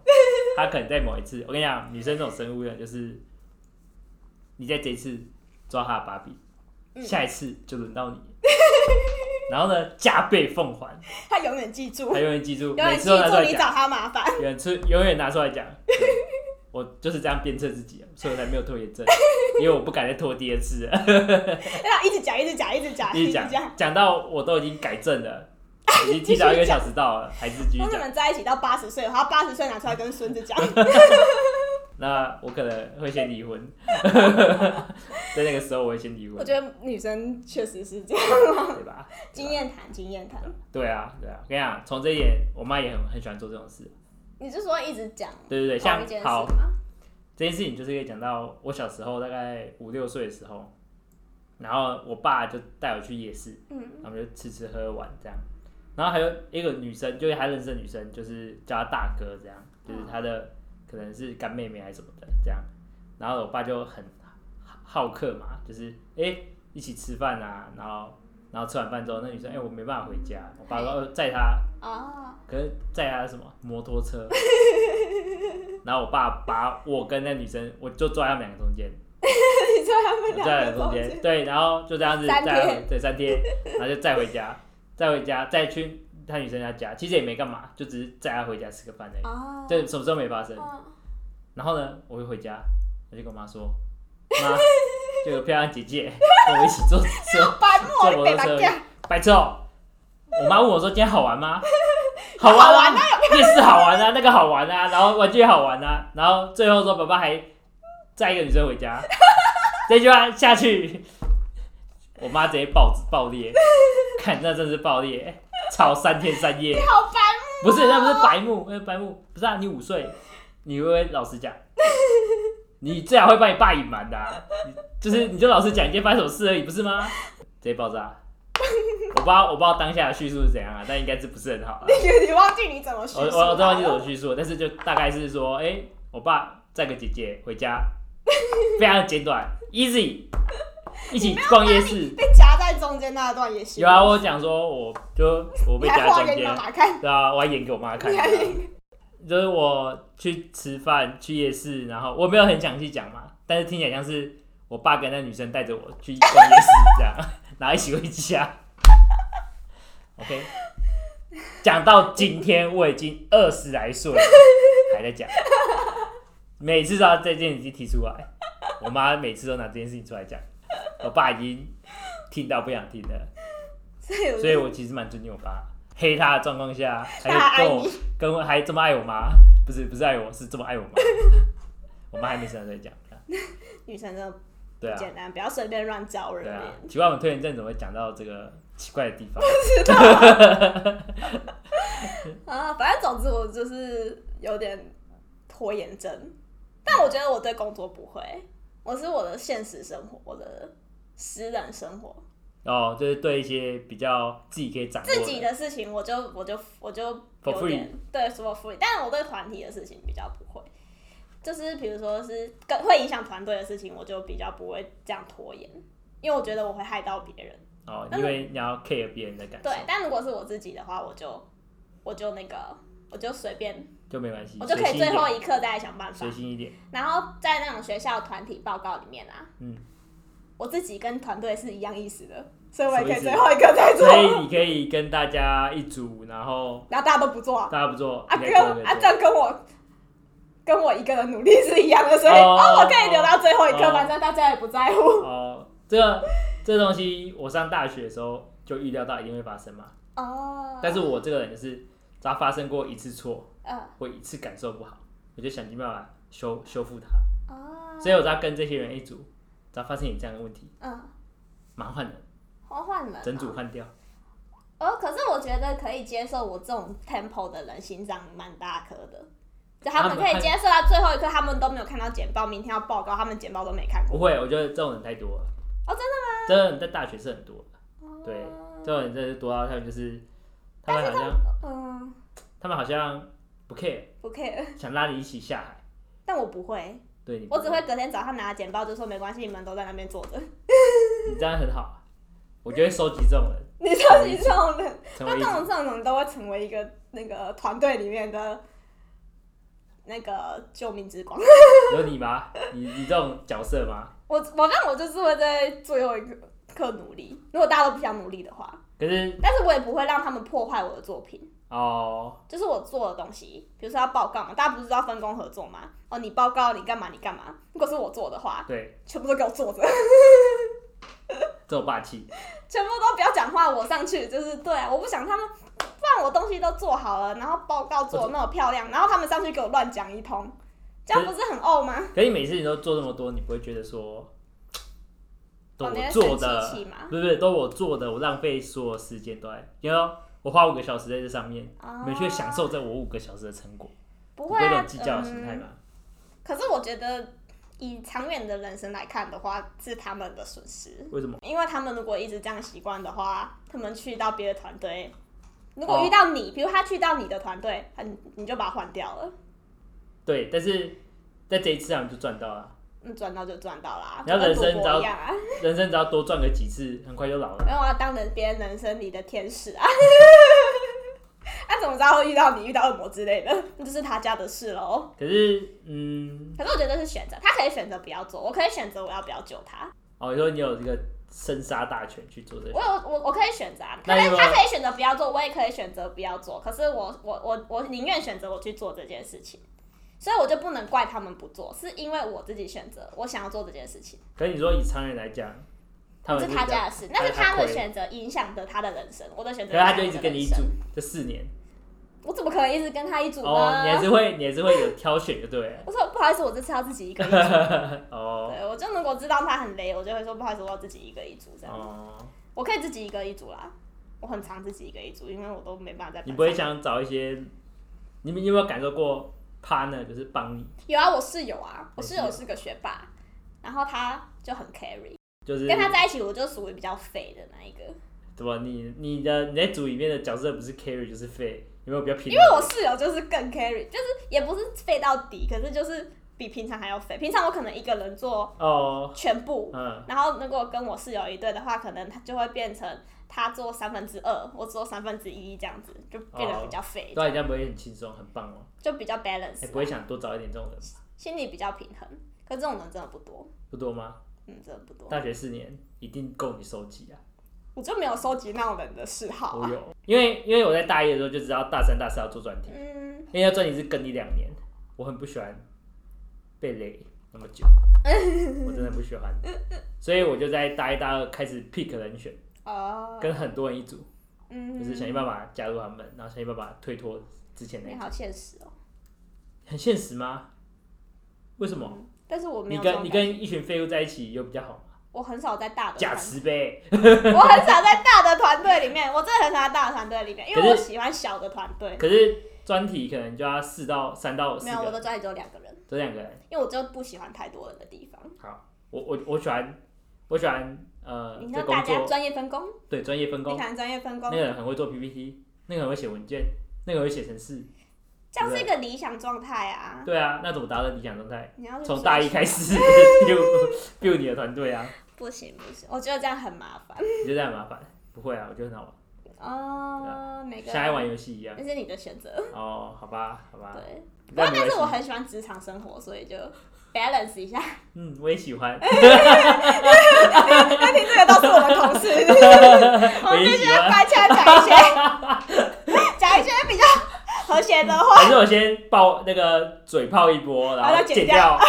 Speaker 1: 他可能在某一次，我跟你讲，女生这种生物呢，就是你在这一次抓他的把柄，
Speaker 2: 嗯
Speaker 1: 下一次就轮到你， <laughs> 然后呢加倍奉还，
Speaker 2: 他永远记住
Speaker 1: 他，永远记住，
Speaker 2: 永
Speaker 1: 每
Speaker 2: 远记
Speaker 1: 次都拿出
Speaker 2: 住
Speaker 1: 来
Speaker 2: 你
Speaker 1: 讲，
Speaker 2: 找他麻烦。 <laughs>
Speaker 1: 永远出永远拿出来讲，对我就是这样鞭策自己，啊所以我才没有拖延症，因为我不敢再拖第二次
Speaker 2: <laughs>
Speaker 1: 了，
Speaker 2: 要一直讲，一直讲，一直讲，
Speaker 1: 一直
Speaker 2: 直
Speaker 1: 讲
Speaker 2: 讲。
Speaker 1: 讲到我都已经改正了，已经提早一个小时到了，还是继续
Speaker 2: 那
Speaker 1: 讲
Speaker 2: 你。们在一起到八十岁，然后八十岁拿出来跟孙子
Speaker 1: <laughs>
Speaker 2: 讲，
Speaker 1: 那我可能会先离婚，在那个时候我会先离婚
Speaker 2: 我，觉得女生确实是这样，
Speaker 1: 对吧？
Speaker 2: <laughs> 经验谈，经验谈。
Speaker 1: 对啊，对啊，我跟你讲，从这一点，我妈也很很喜欢做这种事。
Speaker 2: 你是说一直讲
Speaker 1: 对对对，
Speaker 2: 同
Speaker 1: 像
Speaker 2: 一件事
Speaker 1: 好
Speaker 2: 吗？
Speaker 1: 这件事情，就是可以讲到我小时候大概五六岁的时候，然后我爸就带我去夜市，
Speaker 2: 嗯，
Speaker 1: 然后我们就吃吃喝喝玩这样。然后还有一个女生，就是他认识的女生，就是叫他大哥这样，就是他的可能是干妹妹还是什么的这样。然后我爸就很好客嘛，就是哎、诶一起吃饭啊，然后然后吃完饭之后，那女生哎、诶我没办法回家，我爸说呃载她，
Speaker 2: 哦， <laughs>
Speaker 1: 可是载她什么摩托车，然后我爸把我跟那女生，我就坐在他们两个中间，
Speaker 2: 你说他们
Speaker 1: 我在
Speaker 2: 两个
Speaker 1: 中
Speaker 2: 中
Speaker 1: 间，
Speaker 2: 间，
Speaker 1: 对，然后就这样子
Speaker 2: 三
Speaker 1: 再
Speaker 2: 天
Speaker 1: 回对三天，然后就再回家，再回家，再去他女生家家，其实也没干嘛，就只是载她回家吃个饭而已，
Speaker 2: 哦，
Speaker 1: 这什么事都没发生。
Speaker 2: 哦，
Speaker 1: 然后呢，我就回家，我就跟我妈说，
Speaker 2: <laughs>
Speaker 1: 妈，就有漂亮姐姐跟我一起坐坐
Speaker 2: 白目哦
Speaker 1: 坐
Speaker 2: 你
Speaker 1: 摩
Speaker 2: 被
Speaker 1: 托
Speaker 2: 打
Speaker 1: 车
Speaker 2: 掉，，
Speaker 1: <laughs> 白痴哦。我妈问我说：“今天好玩 <laughs> 吗？”好玩啊，夜市好玩啊，那个好玩啊，然后玩具也好玩啊，然后最后说爸爸还载一个女生回家， <laughs> 这句话下去，我妈直接爆爆裂， <laughs> 看那真是爆裂，吵三天三夜。
Speaker 2: 好白
Speaker 1: 不是，那不是白目，那是白目不是啊，你五岁，你会不会老实讲？你最好会把你爸隐瞒的、啊，你就是你就老实讲，你今天发生什么事而已，不是吗？直接爆炸。我不知道，我不知道当下的叙述是怎样啊，但应该是不是很好、啊。
Speaker 2: 目，你忘记你怎么叙
Speaker 1: 我
Speaker 2: 述了，
Speaker 1: 我我都忘记怎么叙述了，但是就大概是说，哎、我爸载个姐姐回家，非常简短，easy，一起逛夜市。
Speaker 2: 被夹在中间那一段也行，
Speaker 1: 有啊，我讲说我就我被
Speaker 2: 你还
Speaker 1: 夹
Speaker 2: 画
Speaker 1: 中
Speaker 2: 给你
Speaker 1: 间
Speaker 2: 妈，妈看，
Speaker 1: 对啊，我还演给我妈看
Speaker 2: 你。还
Speaker 1: 就是我去吃饭、去夜市，然后我没有很详细讲嘛，但是听起来像是我爸跟那女生带着我去逛夜市这样， <laughs> 然后一起回家。OK，讲到今天我已经二十来岁了，还在讲，每次都要这件事情提出来，我妈每次都拿这件事情出来讲，我爸已经听到不想听了。
Speaker 2: 所以我
Speaker 1: 所以我其实蛮尊敬我爸。黑他的状况下，还
Speaker 2: 他爱
Speaker 1: 跟我
Speaker 2: 你
Speaker 1: 跟我还这么爱我妈，不是不是爱我，是这么爱我妈。我妈还没生在讲，
Speaker 2: 女生真的
Speaker 1: 对
Speaker 2: 不
Speaker 1: 啊，
Speaker 2: 简单，不要随便乱教人
Speaker 1: 对啊
Speaker 2: 脸。。
Speaker 1: 奇怪，我们推荐症怎么会讲到这个奇怪的地方？
Speaker 2: 啊，反正总之我就是有点拖延症，
Speaker 1: 啊
Speaker 2: 但我觉得我对工作不会，我是我的现实生活，我的私人生活，
Speaker 1: 哦，就是对一些比较自己可以掌握
Speaker 2: 自己的事情我就我就我就
Speaker 1: For
Speaker 2: 有点对说 free，但我对团体的事情比较不会，就是比如说是更会影响团队的事情，我就比较不会这样拖延，因为我觉得我会害到别人。
Speaker 1: 哦，因为你要 care 别人的感受
Speaker 2: 对，，但如果是我自己的话，我就我就那个我就随便，
Speaker 1: 就没关系，
Speaker 2: 我就可
Speaker 1: 随
Speaker 2: 以
Speaker 1: 心一
Speaker 2: 最后
Speaker 1: 点，
Speaker 2: 一刻再想办法
Speaker 1: 随。心一点，
Speaker 2: 然后在那种学校团体报告里面啊， <laughs>
Speaker 1: 嗯，
Speaker 2: 我自己跟团队是一样意思的，所以我也可以
Speaker 1: 什么意思
Speaker 2: 最后一个再做，
Speaker 1: 所以你可以跟大家一组，然后
Speaker 2: 然后大家都不做啊，
Speaker 1: 大家不做，
Speaker 2: 啊
Speaker 1: 你来做
Speaker 2: 跟啊这样跟我跟我一个人努力是一样的，所以
Speaker 1: 哦
Speaker 2: 哦我可以留到最后一
Speaker 1: 哦
Speaker 2: 刻，反正大家也不在
Speaker 1: <laughs>
Speaker 2: 乎。
Speaker 1: 哦，这个这个东西，我上大学的时候就预料到一定会发生嘛。
Speaker 2: 哦，
Speaker 1: 但是我这个人就是，只要发生过一次错
Speaker 2: 嗯
Speaker 1: 或一次感受不好，我就想尽办法修修复它。
Speaker 2: 哦
Speaker 1: 所以我只要跟这些人一组，只要发现你这样的问题，
Speaker 2: 嗯
Speaker 1: 麻烦了，
Speaker 2: 我换人、啊，
Speaker 1: 整组换掉。
Speaker 2: 哦，可是我觉得可以接受我这种 tempo 的人心脏蛮大颗的，就他们可以接受到最后一刻，他们都没有看到简报，明天要报告，他们简报都没看过。
Speaker 1: 不会，我觉得这种人太多了。
Speaker 2: 哦，真
Speaker 1: 的吗？真的在大学是很多的，对，这种人真的是多到他们就是，他们好像
Speaker 2: 嗯，
Speaker 1: 他们好像不 care，
Speaker 2: 不 care，
Speaker 1: 想拉你一起下海，
Speaker 2: 但我不会，
Speaker 1: 对你不，
Speaker 2: 我只会隔天早上拿简报就说没关系，你们都在那边坐着。 <laughs>
Speaker 1: 你这样很好啊，我觉得收集这种人，
Speaker 2: 你超级这 <laughs> 种人，
Speaker 1: 成
Speaker 2: 那
Speaker 1: 为一
Speaker 2: 这
Speaker 1: 种
Speaker 2: 种这种人都会成为一个那个团队里面的那个救命之光。 <laughs>
Speaker 1: 有你吗？你你这种角色吗？
Speaker 2: 我我那我就是会在最后一刻努力，如果大家都不想努力的话，
Speaker 1: 可是
Speaker 2: 但是我也不会让他们破坏我的作品。
Speaker 1: 哦，
Speaker 2: 就是我做的东西，比如说要报告嘛，大家不是知道分工合作吗？哦，你报告你干嘛你干嘛？如果是我做的话，
Speaker 1: 对，
Speaker 2: 全部都给我坐着， <laughs>
Speaker 1: 这种霸气，
Speaker 2: 全部都不要讲话，我上去就是对啊，我不想他们，不然我东西都做好了，然后报告做得那么漂亮，然后他们上去给我乱讲一通，这样不是很呕吗？
Speaker 1: 可是你每次你都做这么多，你不会觉得说，都
Speaker 2: 哦你
Speaker 1: 我
Speaker 2: 在
Speaker 1: 做
Speaker 2: 生
Speaker 1: 的
Speaker 2: 气气吗，
Speaker 1: 不是不是，都我做的，我浪费所有时间都在，因为我花五个小时在这上面，
Speaker 2: 啊
Speaker 1: 你们却享受这我五个小时的成果，
Speaker 2: 不
Speaker 1: 你
Speaker 2: 会
Speaker 1: 会有这
Speaker 2: 啊，
Speaker 1: 种计较的心态
Speaker 2: 嗯
Speaker 1: 吗？
Speaker 2: 可是我觉得以长远的人生来看的话，是他们的损失。
Speaker 1: 为什么？
Speaker 2: 因为他们如果一直这样习惯的话，他们去到别的团队，如果遇到你，比如他去到你的团队，他你你就把他换掉了，
Speaker 1: 对，但是在这一次上就赚到了，
Speaker 2: 那赚嗯到就赚到啦，
Speaker 1: 然后
Speaker 2: 就
Speaker 1: 人
Speaker 2: 跟
Speaker 1: 生
Speaker 2: 赌博一样啊，
Speaker 1: 人生只要多赚个几次，很快就老了。
Speaker 2: 没有啊，当人别人人生里的天使啊， <laughs> 他怎么知道会遇到你遇到恶魔之类的？那就是他家的事喽。
Speaker 1: 可是，嗯，
Speaker 2: 可是我觉得是选择，他可以选择不要做，我可以选择我要不要救他，
Speaker 1: 哦，你说你有这个生杀大权去做这
Speaker 2: 我
Speaker 1: 个，
Speaker 2: 有我我可以选择啊，他
Speaker 1: 那你有没有
Speaker 2: 他可以选择不要做，我也可以选择不要做。可是我我我我宁愿选择我去做这件事情，所以我就不能怪他们不做，是因为我自己选择我想要做这件事情，
Speaker 1: 可是你说以常人来讲，他们
Speaker 2: 是
Speaker 1: 就比
Speaker 2: 哦他
Speaker 1: 较
Speaker 2: 家的事，那是
Speaker 1: 他
Speaker 2: 他
Speaker 1: 亏
Speaker 2: 的选择影响着他的人生，我的选择
Speaker 1: 可是
Speaker 2: 影响
Speaker 1: 他就一
Speaker 2: 我的人生。
Speaker 1: 直跟你一组，这四年
Speaker 2: 我怎么可能一直跟他一组呢？
Speaker 1: 哦，你还是会，你还是会有挑选，就对
Speaker 2: <laughs>
Speaker 1: 了。
Speaker 2: 我说不好意思，我这次要自己一
Speaker 1: <laughs>
Speaker 2: 个一组。
Speaker 1: 哦
Speaker 2: 对，我就如果知道他很累，我就会说不好意思，我要自己一个一组这样。
Speaker 1: 哦，
Speaker 2: 我可以自己一个一组啦，我很常自己一个一组，因为我都没办法在班
Speaker 1: 你
Speaker 2: 上。
Speaker 1: 不会想找一些，你们你有没有感受过 partner 就是帮你，
Speaker 2: 有啊，我室友啊，我室
Speaker 1: 你
Speaker 2: 友
Speaker 1: 室
Speaker 2: 是个学霸，然后他就很 carry，
Speaker 1: 就是
Speaker 2: 跟他在一起我就属于比较废的那一个，
Speaker 1: 怎么你你的你在组里面的角色不是 carry 就是 fit，有没有比较平衡？
Speaker 2: 因为我室友就是更 carry，就是也不是废到底，可是就是比平常还要废。平常我可能一个人做
Speaker 1: 哦，
Speaker 2: 全部，
Speaker 1: 嗯，
Speaker 2: 然后如果跟我室友一对的话，可能他就会变成他做三分之二，我做三分之一这样子，就变得比较废，
Speaker 1: 对啊，你这样不会很轻松，很棒哦。
Speaker 2: 就比较
Speaker 1: 你
Speaker 2: balance，
Speaker 1: 不会想多找一点这种人吗？
Speaker 2: 心里比较平衡。可是这种人真的不多，
Speaker 1: 不多吗？
Speaker 2: 嗯，真的不多。
Speaker 1: 大学四年一定够你收集啊！
Speaker 2: 我就没有收集那种人的嗜好
Speaker 1: 我
Speaker 2: 啊，
Speaker 1: 有，因为因为我在大一的时候就知道大三大四要做专题，
Speaker 2: 嗯。
Speaker 1: 因为要专题是跟你两年，我很不喜欢被累那么
Speaker 2: <laughs>
Speaker 1: 久，我真的不喜欢，所以我就在大一大二开始 pick 人选，
Speaker 2: 哦，
Speaker 1: 跟很多人一组，
Speaker 2: 嗯，
Speaker 1: 就是想尽办法加入他们，然后想尽办法推脱之前那
Speaker 2: 你
Speaker 1: 一组，
Speaker 2: 好现实哦。
Speaker 1: 很现实吗？为什么？
Speaker 2: 嗯但是我
Speaker 1: 啊你
Speaker 2: 没有这种
Speaker 1: 跟你
Speaker 2: 感觉
Speaker 1: 跟一群废物在一起有比较好吗？
Speaker 2: 我很少在大的
Speaker 1: 假
Speaker 2: 团，
Speaker 1: 慈悲，
Speaker 2: 我很少在大的团队里面，我真的很少在大的团队里面，因为
Speaker 1: 可
Speaker 2: 我
Speaker 1: 是
Speaker 2: 喜欢小的团队。
Speaker 1: 可是专题可能就要四到三到四
Speaker 2: 没有，我
Speaker 1: 个，
Speaker 2: 的专业只有两个人，
Speaker 1: 这两个人。
Speaker 2: 因为我就不喜欢太多人的地方。
Speaker 1: 好，我我我喜欢我喜欢呃，
Speaker 2: 你知
Speaker 1: 这
Speaker 2: 道大
Speaker 1: 工
Speaker 2: 家
Speaker 1: 作
Speaker 2: 专业分工，
Speaker 1: 对专业分工
Speaker 2: 你，看专业分
Speaker 1: 那
Speaker 2: 工，
Speaker 1: 个人很会做 PPT，那个人会写文件，那个人会写程式。
Speaker 2: 这样是一个理想状态啊。
Speaker 1: 对啊，那怎么达到理想状态？
Speaker 2: 你要去
Speaker 1: 从
Speaker 2: 追
Speaker 1: 大一
Speaker 2: 求
Speaker 1: 开始 <laughs> build build 你的团队啊，
Speaker 2: <laughs>
Speaker 1: <laughs>
Speaker 2: 不行不行，我觉得这样很麻烦。
Speaker 1: 你觉得很麻烦？不会啊，我觉得很好玩，
Speaker 2: 哦，每个
Speaker 1: 像爱玩游啊戏一样。
Speaker 2: 那是你的选择，
Speaker 1: 哦，好吧，好吧，
Speaker 2: 对。不过
Speaker 1: 但没
Speaker 2: 但
Speaker 1: 关
Speaker 2: 是我
Speaker 1: 系。
Speaker 2: 很喜欢职场生活，所以就 balance 一下。
Speaker 1: 嗯，我也喜
Speaker 2: <laughs>
Speaker 1: 欢，
Speaker 2: 那听这个都是我们同
Speaker 1: <laughs>
Speaker 2: 事，我
Speaker 1: 我
Speaker 2: 们
Speaker 1: 也
Speaker 2: 必
Speaker 1: 喜
Speaker 2: 须要
Speaker 1: 欢。
Speaker 2: 乖巧讲一些，讲一些比较和谐的话，
Speaker 1: 还是我先爆那个嘴炮一波，然
Speaker 2: 把它
Speaker 1: 后
Speaker 2: 剪
Speaker 1: 剪
Speaker 2: 掉
Speaker 1: 掉，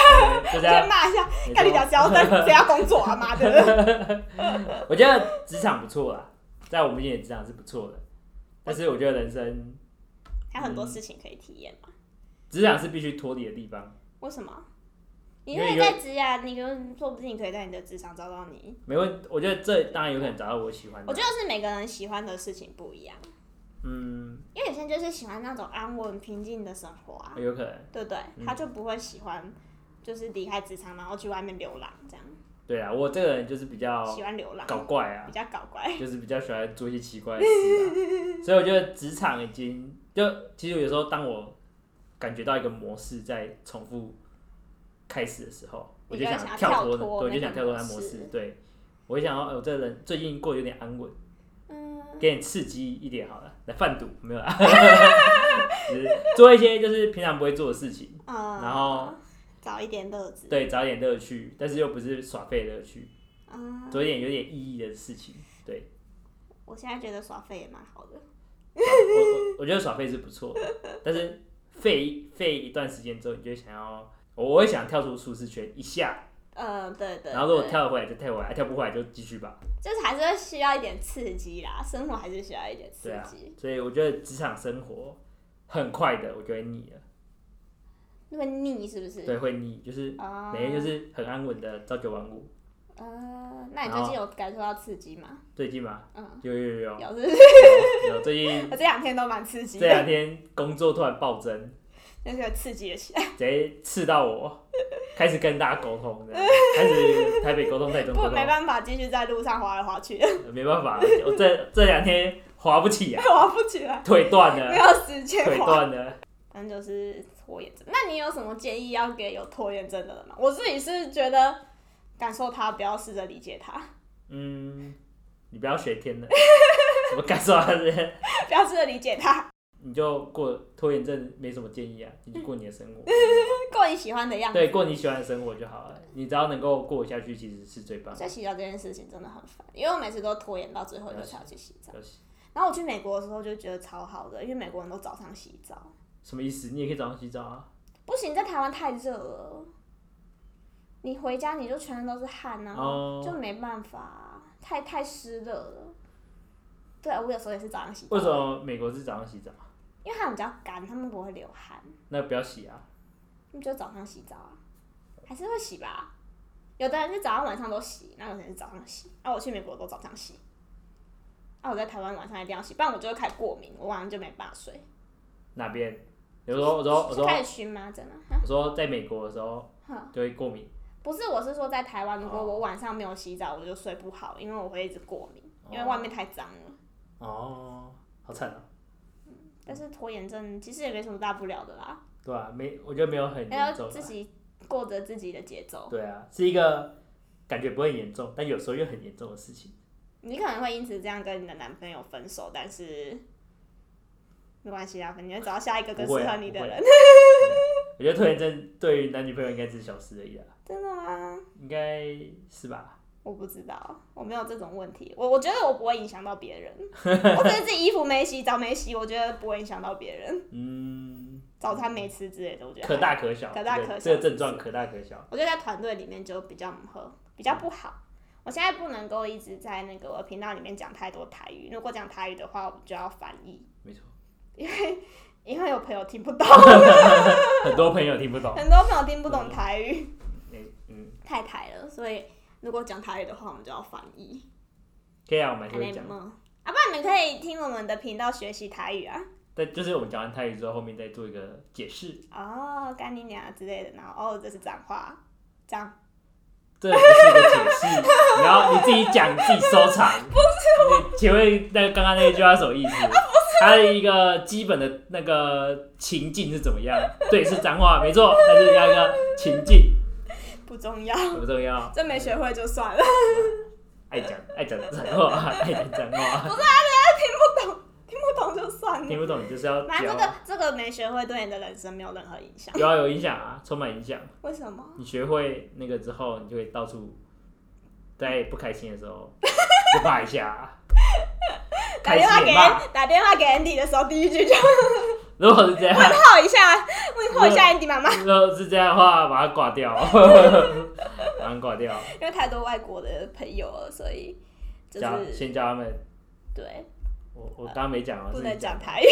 Speaker 1: <laughs> 对啊就
Speaker 2: <laughs>
Speaker 1: 这
Speaker 2: 先
Speaker 1: 样。
Speaker 2: 骂一下，
Speaker 1: 没哦
Speaker 2: 看你
Speaker 1: 错
Speaker 2: 讲谁要在谁要工作啊，妈
Speaker 1: <laughs>
Speaker 2: 的！
Speaker 1: 我觉得职场不错啦，在我们眼里职场是不错的，但是我觉得人生
Speaker 2: 还有很多事情可以体验嘛？
Speaker 1: 职场是必须脱离的地方。
Speaker 2: 为什么？你
Speaker 1: 因
Speaker 2: 可
Speaker 1: 为
Speaker 2: 以
Speaker 1: 有
Speaker 2: 在职涯，你可能说不定你可以在你的职场找到你。
Speaker 1: 没问，我觉得这当然有可能找到我喜欢
Speaker 2: 我
Speaker 1: 的
Speaker 2: 觉。得是每个人喜欢的事情不一样，
Speaker 1: 嗯，
Speaker 2: 因为有些人就是喜欢那种安稳平静的生活啊，
Speaker 1: 有可能。
Speaker 2: 对不对？
Speaker 1: 嗯
Speaker 2: 他就不会喜欢就是离开职场，然后去外面流浪这样，
Speaker 1: 对啊，我这个人就是比较
Speaker 2: 喜欢流浪，
Speaker 1: 搞怪啊
Speaker 2: 比，较搞怪。
Speaker 1: 就是比较喜欢做一些奇怪的事
Speaker 2: <laughs>
Speaker 1: 啊。所以我觉得职场已经就其实有时候当我感觉到一个模式在重复开始的时候，我
Speaker 2: 你
Speaker 1: 就
Speaker 2: 就会
Speaker 1: 想
Speaker 2: 想要
Speaker 1: 跳脱
Speaker 2: 跳
Speaker 1: 那，对，
Speaker 2: 脱
Speaker 1: 我就
Speaker 2: 那
Speaker 1: 想
Speaker 2: 个
Speaker 1: 跳脱那
Speaker 2: 模
Speaker 1: 模式
Speaker 2: 式。
Speaker 1: 对，我就想要，哎我这个人最近过得有点安稳，
Speaker 2: 嗯，
Speaker 1: 给你刺激一点好了，来贩毒没有啦， <laughs> 只是做一些就是平常不会做的事情，
Speaker 2: 呃
Speaker 1: 然后
Speaker 2: 找一点乐子，
Speaker 1: 对，找一点乐趣，但是又不是耍废的乐趣，
Speaker 2: 嗯，
Speaker 1: 做一点有点意义的事情。对，
Speaker 2: 我现在觉得耍废也蛮好的，
Speaker 1: 我我我觉得耍废是不错的，但是废废一段时间之后，你就会想要，我我会想跳出舒适圈一下，
Speaker 2: 嗯，对对。
Speaker 1: 然后如果
Speaker 2: 对
Speaker 1: 跳得回来就跳回来，哎跳不回来就继续吧。
Speaker 2: 就是还是会需要一点刺激啦，生活还是需要一点刺
Speaker 1: 对啊
Speaker 2: 激。，
Speaker 1: 所以我觉得职场生活很快的，我就会腻了，
Speaker 2: 那么腻是不是？
Speaker 1: 对，会腻，就是
Speaker 2: 啊，
Speaker 1: 每天就是很安稳的朝九晚五。
Speaker 2: 呃，那你最近有感受到刺激吗？
Speaker 1: 最近嘛，
Speaker 2: 嗯，
Speaker 1: 有有有有
Speaker 2: 有是不是？
Speaker 1: <laughs> 有，最近
Speaker 2: 我这两天都蛮刺激
Speaker 1: 这两
Speaker 2: 的，
Speaker 1: 天工作突然暴增，
Speaker 2: 但是有刺激了起来，
Speaker 1: 直接刺到我，开始跟大家沟通的，开始台北沟通、台中
Speaker 2: 不
Speaker 1: 沟
Speaker 2: 没
Speaker 1: 通，
Speaker 2: 办法继续在路上滑来滑去， <laughs> 我
Speaker 1: 没办法，我这这两天滑不起啊，
Speaker 2: 滑不起来，
Speaker 1: 腿断
Speaker 2: 没
Speaker 1: 了，
Speaker 2: 有时间
Speaker 1: 腿
Speaker 2: 滑。
Speaker 1: 断了。
Speaker 2: 反正就是拖延症。那你有什么建议要给有拖延症的人吗？我自己是觉得感受他，不要试着理解他， <laughs>
Speaker 1: 嗯，你不要学天了，什么感受啊？这
Speaker 2: 不要试着理解他，
Speaker 1: 你就过拖延症没什么建议啊，你就过你的生
Speaker 2: 嗯
Speaker 1: 活，
Speaker 2: 过你喜欢的样子。
Speaker 1: 对，过你喜欢的生活就好了。你只要能够过下去，其实是最棒的。
Speaker 2: 在洗澡这件事情真的很烦，因为我每次都拖延到最后
Speaker 1: 了
Speaker 2: 就
Speaker 1: 解
Speaker 2: 才要去洗澡。
Speaker 1: 要洗
Speaker 2: 然后我去美国的时候就觉得超好的，因为美国人都早上洗澡，
Speaker 1: 什么意思？你也可以早上洗澡啊。
Speaker 2: 不行，在台湾太热了，你回家你就全身都是汗啊，
Speaker 1: 哦
Speaker 2: 就没办法啊，太太湿热了。对，我有时候也是早上洗澡，
Speaker 1: 为什？么美国是早上洗澡？
Speaker 2: 因为他们比较干，他们不会流汗，
Speaker 1: 那不要洗啊。
Speaker 2: 他们就早上洗澡啊，还是会洗吧。有的人是早上晚上都洗，那有的人是早上洗。啊，我去美国都早上洗，啊，我在台湾晚上一定要洗，不然我就会开始过敏，我晚上就没办法睡。
Speaker 1: 哪边？有时候我说我
Speaker 2: 是
Speaker 1: 说
Speaker 2: 开始荨麻疹啊。
Speaker 1: 我说在美国的时候
Speaker 2: 哼
Speaker 1: 就会过敏
Speaker 2: 不是，我是说在台湾，如果
Speaker 1: 哦
Speaker 2: 我晚上没有洗澡，我就睡不好，因为我会一直过敏，因为外面太脏了。
Speaker 1: 哦，好惨哦。
Speaker 2: 但是拖延症其实也没什么大不了的啦，
Speaker 1: 对啊，没我觉得没有很
Speaker 2: 还
Speaker 1: 严重
Speaker 2: 要
Speaker 1: 啊
Speaker 2: 自。己过着自己的节奏。
Speaker 1: 对啊，是一个感觉不会很严重，但有时候又很严重的事情。
Speaker 2: 你可能会因此这样跟你的男朋友分手，但是没关系啊，反正你会找到下一个更
Speaker 1: 不
Speaker 2: 适
Speaker 1: 会啊
Speaker 2: 合你的
Speaker 1: 不会
Speaker 2: 人。
Speaker 1: 我觉得拖延症对于男女朋友应该只是小事而已啦，啊
Speaker 2: <laughs> 真的吗？
Speaker 1: 应该是吧？
Speaker 2: 我不知道，我没有这种问题。我我觉得我不会影响到别
Speaker 1: <laughs>
Speaker 2: 人，我只是自己衣服没洗、澡没洗，我觉得不会影响到别人。
Speaker 1: 嗯，
Speaker 2: 早餐没吃之类的，我觉得
Speaker 1: 可
Speaker 2: 还好
Speaker 1: 大可小，
Speaker 2: 可大
Speaker 1: 这个
Speaker 2: 可小
Speaker 1: 这个症状可大可小。
Speaker 2: 我觉得在团队里面就比较不合，比较不好。我现在不能够一直在那个频道里面讲太多台语，如果讲台语的话，我就要翻译，
Speaker 1: 没错，
Speaker 2: 因为有朋友听
Speaker 1: <laughs>
Speaker 2: 不懂，
Speaker 1: 很多朋友听不
Speaker 2: <laughs>
Speaker 1: 懂。
Speaker 2: 很多朋友听不懂台语，
Speaker 1: 嗯嗯，
Speaker 2: 太台了，所以如果讲台语的话，我们就要翻译。
Speaker 1: 可以啊，我们还
Speaker 2: 还
Speaker 1: 是会
Speaker 2: 没
Speaker 1: 讲。
Speaker 2: 吗？啊，不然你们可以听我们的频道学习台语啊，
Speaker 1: 但就是我们讲完泰语之后，后面再做一个解释。
Speaker 2: 哦，干你娘之类的，然后哦，这是脏话，这样
Speaker 1: 这不是一个解释，你要你自己讲，自己收藏。不是我，请问那个刚刚那句话是什么意思？它的一个基本的那个情境是怎么样？对，是脏话，没错，但是要一个情境
Speaker 2: 不
Speaker 1: <laughs>
Speaker 2: 重要，
Speaker 1: 很重要。
Speaker 2: 这没学会就算了， <laughs>
Speaker 1: 爱讲爱讲脏话，爱讲脏话，
Speaker 2: 听不懂就算
Speaker 1: 听不
Speaker 2: 了。
Speaker 1: 懂就是要
Speaker 2: 反正
Speaker 1: 教
Speaker 2: 这，个这个没学会对你的人生没有任何影响，
Speaker 1: 有啊有影响啊，充满影响。
Speaker 2: 为什么？
Speaker 1: 你学会那个之后，你就会到处在不开心的时
Speaker 2: <laughs>
Speaker 1: 候就骂一下，
Speaker 2: 打
Speaker 1: 开
Speaker 2: 电话
Speaker 1: 心
Speaker 2: 给
Speaker 1: 也骂。
Speaker 2: 打电话给 Andy 的时候，第一句就
Speaker 1: 如果是这样，
Speaker 2: <laughs> 问候
Speaker 1: <laughs>
Speaker 2: 一下，问候一下 Andy 妈妈，
Speaker 1: 如果是这样的话，把它挂
Speaker 2: <laughs>
Speaker 1: 掉，把它挂掉，
Speaker 2: 因为太多外国的朋友了，所以就
Speaker 1: 教
Speaker 2: 是
Speaker 1: 先教他们
Speaker 2: 对，
Speaker 1: 我我刚刚没讲啊，
Speaker 2: 不
Speaker 1: 是
Speaker 2: 能
Speaker 1: 你
Speaker 2: 讲
Speaker 1: 的
Speaker 2: 台语，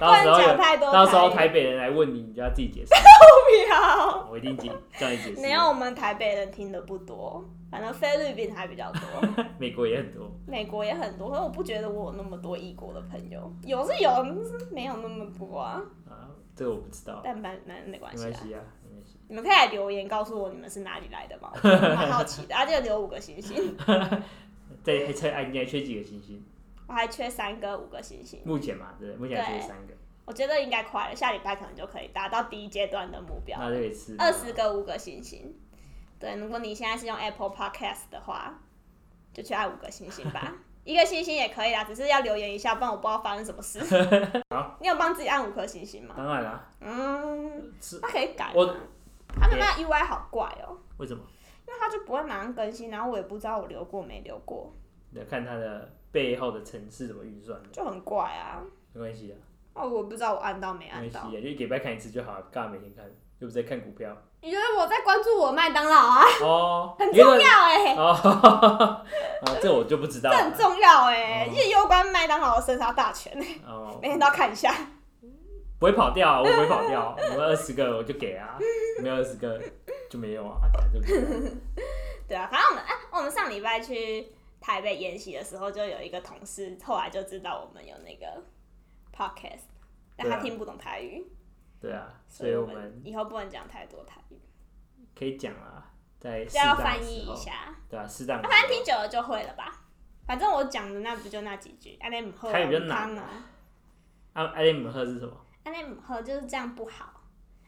Speaker 1: 到时候
Speaker 2: 不
Speaker 1: 有
Speaker 2: 能讲太多
Speaker 1: 到时候台
Speaker 2: 台
Speaker 1: 北人来问你，你就要自己
Speaker 2: <laughs>
Speaker 1: 解释。
Speaker 2: 不要。
Speaker 1: 我一定解叫你解释。
Speaker 2: 没有，我们台北人听的不多，反正菲律宾还比较多， <laughs>
Speaker 1: 美国也很多，
Speaker 2: 美国也很多，可是我不觉得我有那么多异国的朋友，有是有，但是没有那么多啊。
Speaker 1: 啊，这个我不知道，
Speaker 2: 但蛮蛮没关
Speaker 1: 没
Speaker 2: 系
Speaker 1: 关
Speaker 2: 啊，
Speaker 1: 系啊，没关系。
Speaker 2: 你们可以来留言告诉我你们是哪里来的嘛，我蛮好奇的，而且留五个星星，
Speaker 1: <laughs> 这还缺哎，你还缺几个星星？
Speaker 2: 我还缺三个五个星星，
Speaker 1: 目前嘛，对不对，目前还缺三个，
Speaker 2: 我觉得应该快了，下礼拜可能就可以达到第一阶段的目标
Speaker 1: 那，就可以吃
Speaker 2: 二十个五个星星。对，如果你现在是用 Apple Podcast 的话，就去按五个星星
Speaker 1: <laughs>
Speaker 2: 吧，一个星星也可以啦，只是要留言一下，不然我不知道发生什么事。
Speaker 1: <laughs> 好，
Speaker 2: 你有帮自己按五颗星星吗？
Speaker 1: 当然啦，
Speaker 2: 嗯，
Speaker 1: 吃
Speaker 2: 它可以改吗
Speaker 1: 我
Speaker 2: 他们那 UI 好怪哦、
Speaker 1: 为什么？
Speaker 2: 因为它就不会马上更新，然后我也不知道我留过没留过，
Speaker 1: 你要看它的背后的层次怎么运算的，
Speaker 2: 就很怪啊。
Speaker 1: 没关系啊，
Speaker 2: 哦，我不知道我按到没
Speaker 1: 没
Speaker 2: 按
Speaker 1: 关系
Speaker 2: 到
Speaker 1: 啊，，就一个礼拜看一次就好了，干嘛每天看？又不是在看股票
Speaker 2: 你觉得我在关注我麦当劳啊？
Speaker 1: 哦，
Speaker 2: 很
Speaker 1: 原来
Speaker 2: 重要
Speaker 1: <laughs>
Speaker 2: 哎、
Speaker 1: 哦，啊，这我就不知道
Speaker 2: 这很
Speaker 1: 了。
Speaker 2: 重要哎、
Speaker 1: 哦
Speaker 2: 因为攸关麦当劳的生杀大权、
Speaker 1: 哦，
Speaker 2: 每天都要看一下。 <laughs>
Speaker 1: 不会跑掉啊，我不会跑掉啊，我们二十个我就给啊，没有二十个就没有啊，对不对？
Speaker 2: 对啊，反正我们哎、我们上礼拜去台北研习的时候，就有一个同事后来就知道我们有那个 podcast，但
Speaker 1: 对
Speaker 2: 他
Speaker 1: 啊
Speaker 2: 听不懂台语，
Speaker 1: 对啊，所
Speaker 2: 所以
Speaker 1: 以
Speaker 2: 我
Speaker 1: 我
Speaker 2: 们
Speaker 1: 们
Speaker 2: 以后不能讲太多台语，
Speaker 1: 可以讲啊，在适
Speaker 2: 就要
Speaker 1: 当的
Speaker 2: 翻
Speaker 1: 时
Speaker 2: 译
Speaker 1: 候
Speaker 2: 一，下。
Speaker 1: 对啊，适当的
Speaker 2: 那
Speaker 1: 时
Speaker 2: 反正
Speaker 1: 候
Speaker 2: 听久了就会了吧。反正我讲的那不就那几句，安内姆喝
Speaker 1: 台语比较难
Speaker 2: 啊，
Speaker 1: 啊，艾利姆赫是什么？
Speaker 2: 安内姆喝就是这样不好，啊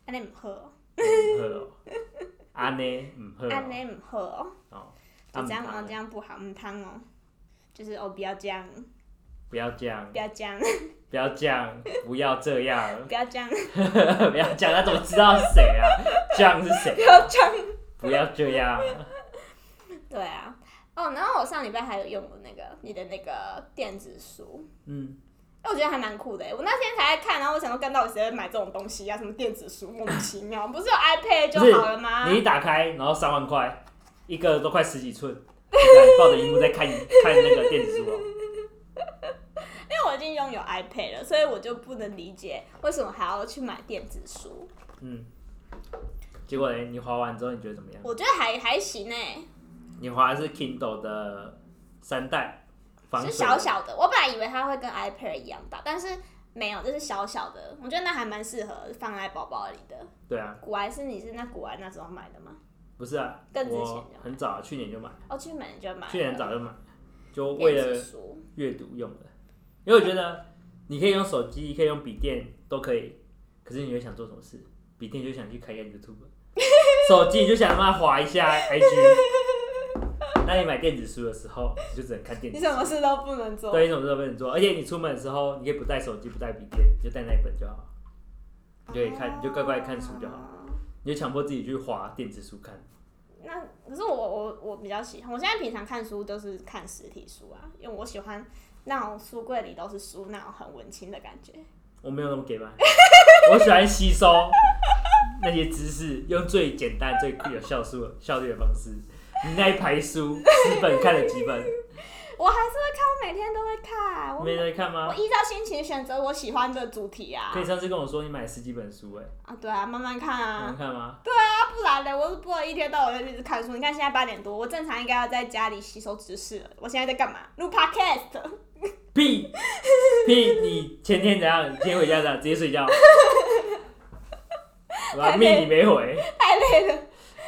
Speaker 2: 安内姆喝，
Speaker 1: 姆赫哦，阿内姆赫
Speaker 2: 安
Speaker 1: 哦
Speaker 2: 内姆喝哦，
Speaker 1: 哦，
Speaker 2: 就这样
Speaker 1: 阿姆
Speaker 2: 哦，
Speaker 1: 赫
Speaker 2: 这样不好，嗯汤哦，就是哦不要这样，
Speaker 1: 不要这样
Speaker 2: 不，
Speaker 1: <laughs>
Speaker 2: 要这样，
Speaker 1: 不要这样，不要这样， <laughs>
Speaker 2: 不要这样， <laughs>
Speaker 1: 不要这样，他怎么知道是谁啊？这样是
Speaker 2: 不
Speaker 1: 谁？
Speaker 2: 要这样。
Speaker 1: 不要这样，
Speaker 2: 对啊，哦，然后我上礼拜还有用了那个你的那个电子书，
Speaker 1: 嗯，
Speaker 2: 哎，我觉得还蛮酷的耶。我那天才在看，然后我想说，干到底谁会买这种东西啊？什么电子书，莫名其妙，不是有 iPad 就
Speaker 1: 不是
Speaker 2: 好了吗？
Speaker 1: 你一打开，然后三万块，一个都快十几寸，你抱着荧幕在看看那个电子书哦。
Speaker 2: 因为我已经拥有 iPad 了，所以我就不能理解为什么还要去买电子书。
Speaker 1: 嗯，结果呢？你滑完之后你觉得怎么样？
Speaker 2: 我觉得还还行哎，
Speaker 1: 你滑的是 Kindle 的三代，防
Speaker 2: 是
Speaker 1: 水
Speaker 2: 小小的。我本来以为它会跟 iPad 一样大，但是没有，这是小小的。我觉得那还蛮适合放在包包里的。
Speaker 1: 对啊，
Speaker 2: 古玩是你是那古玩那时候买的吗？
Speaker 1: 不是啊，
Speaker 2: 更之前就买
Speaker 1: 我很早、啊去年就买，
Speaker 2: 哦，去买就买了。
Speaker 1: 去年很早就买，就为
Speaker 2: 电子
Speaker 1: 了
Speaker 2: 书。
Speaker 1: 阅读用的，因为我觉得你可以用手机，可以用笔电都可以，可是你会想做什么事？笔电就想去看一下
Speaker 2: <laughs>
Speaker 1: YouTube，手机你就想他妈滑一下 IG，那你买电子书的时候，你就只能看电子
Speaker 2: <laughs> 你
Speaker 1: 书。
Speaker 2: 什么事都不能做。
Speaker 1: 对，你什么时候不能做？而且你出门的时候，你可以不带手机，不带笔电，你就带那一本就好，你就可以看，你就乖乖看书就好，
Speaker 2: 啊
Speaker 1: 你就强迫自己去划电子书看。
Speaker 2: 那可是我我我比较喜欢，我现在平常看书都是看实体书啊，因为我喜欢那种书柜里都是书，那种很文青的感觉。
Speaker 1: 我没有那么给白， <laughs> 我喜欢吸收那些知识，用最简单、最有效速、效率的方式。你那一排书十本看了几本？
Speaker 2: 我还是会看，我每天都会看。我
Speaker 1: 没在看
Speaker 2: 我
Speaker 1: 吗？
Speaker 2: 依照心情选择我喜欢的主题啊
Speaker 1: 可。以上次跟我说你买了十几本书、欸，
Speaker 2: 啊，对啊，慢慢看
Speaker 1: 哎，能
Speaker 2: 啊。
Speaker 1: 看吗？
Speaker 2: 啊，不然嘞，我不能一天到晚在一直看书。你看现在八点多，我正常应该要在家里吸收知识了。我现在在干嘛？录 podcast。
Speaker 1: 屁屁！你前天怎样？你今天回家怎样？直接睡
Speaker 2: <laughs>
Speaker 1: 觉？我要命你没回。
Speaker 2: 太累了，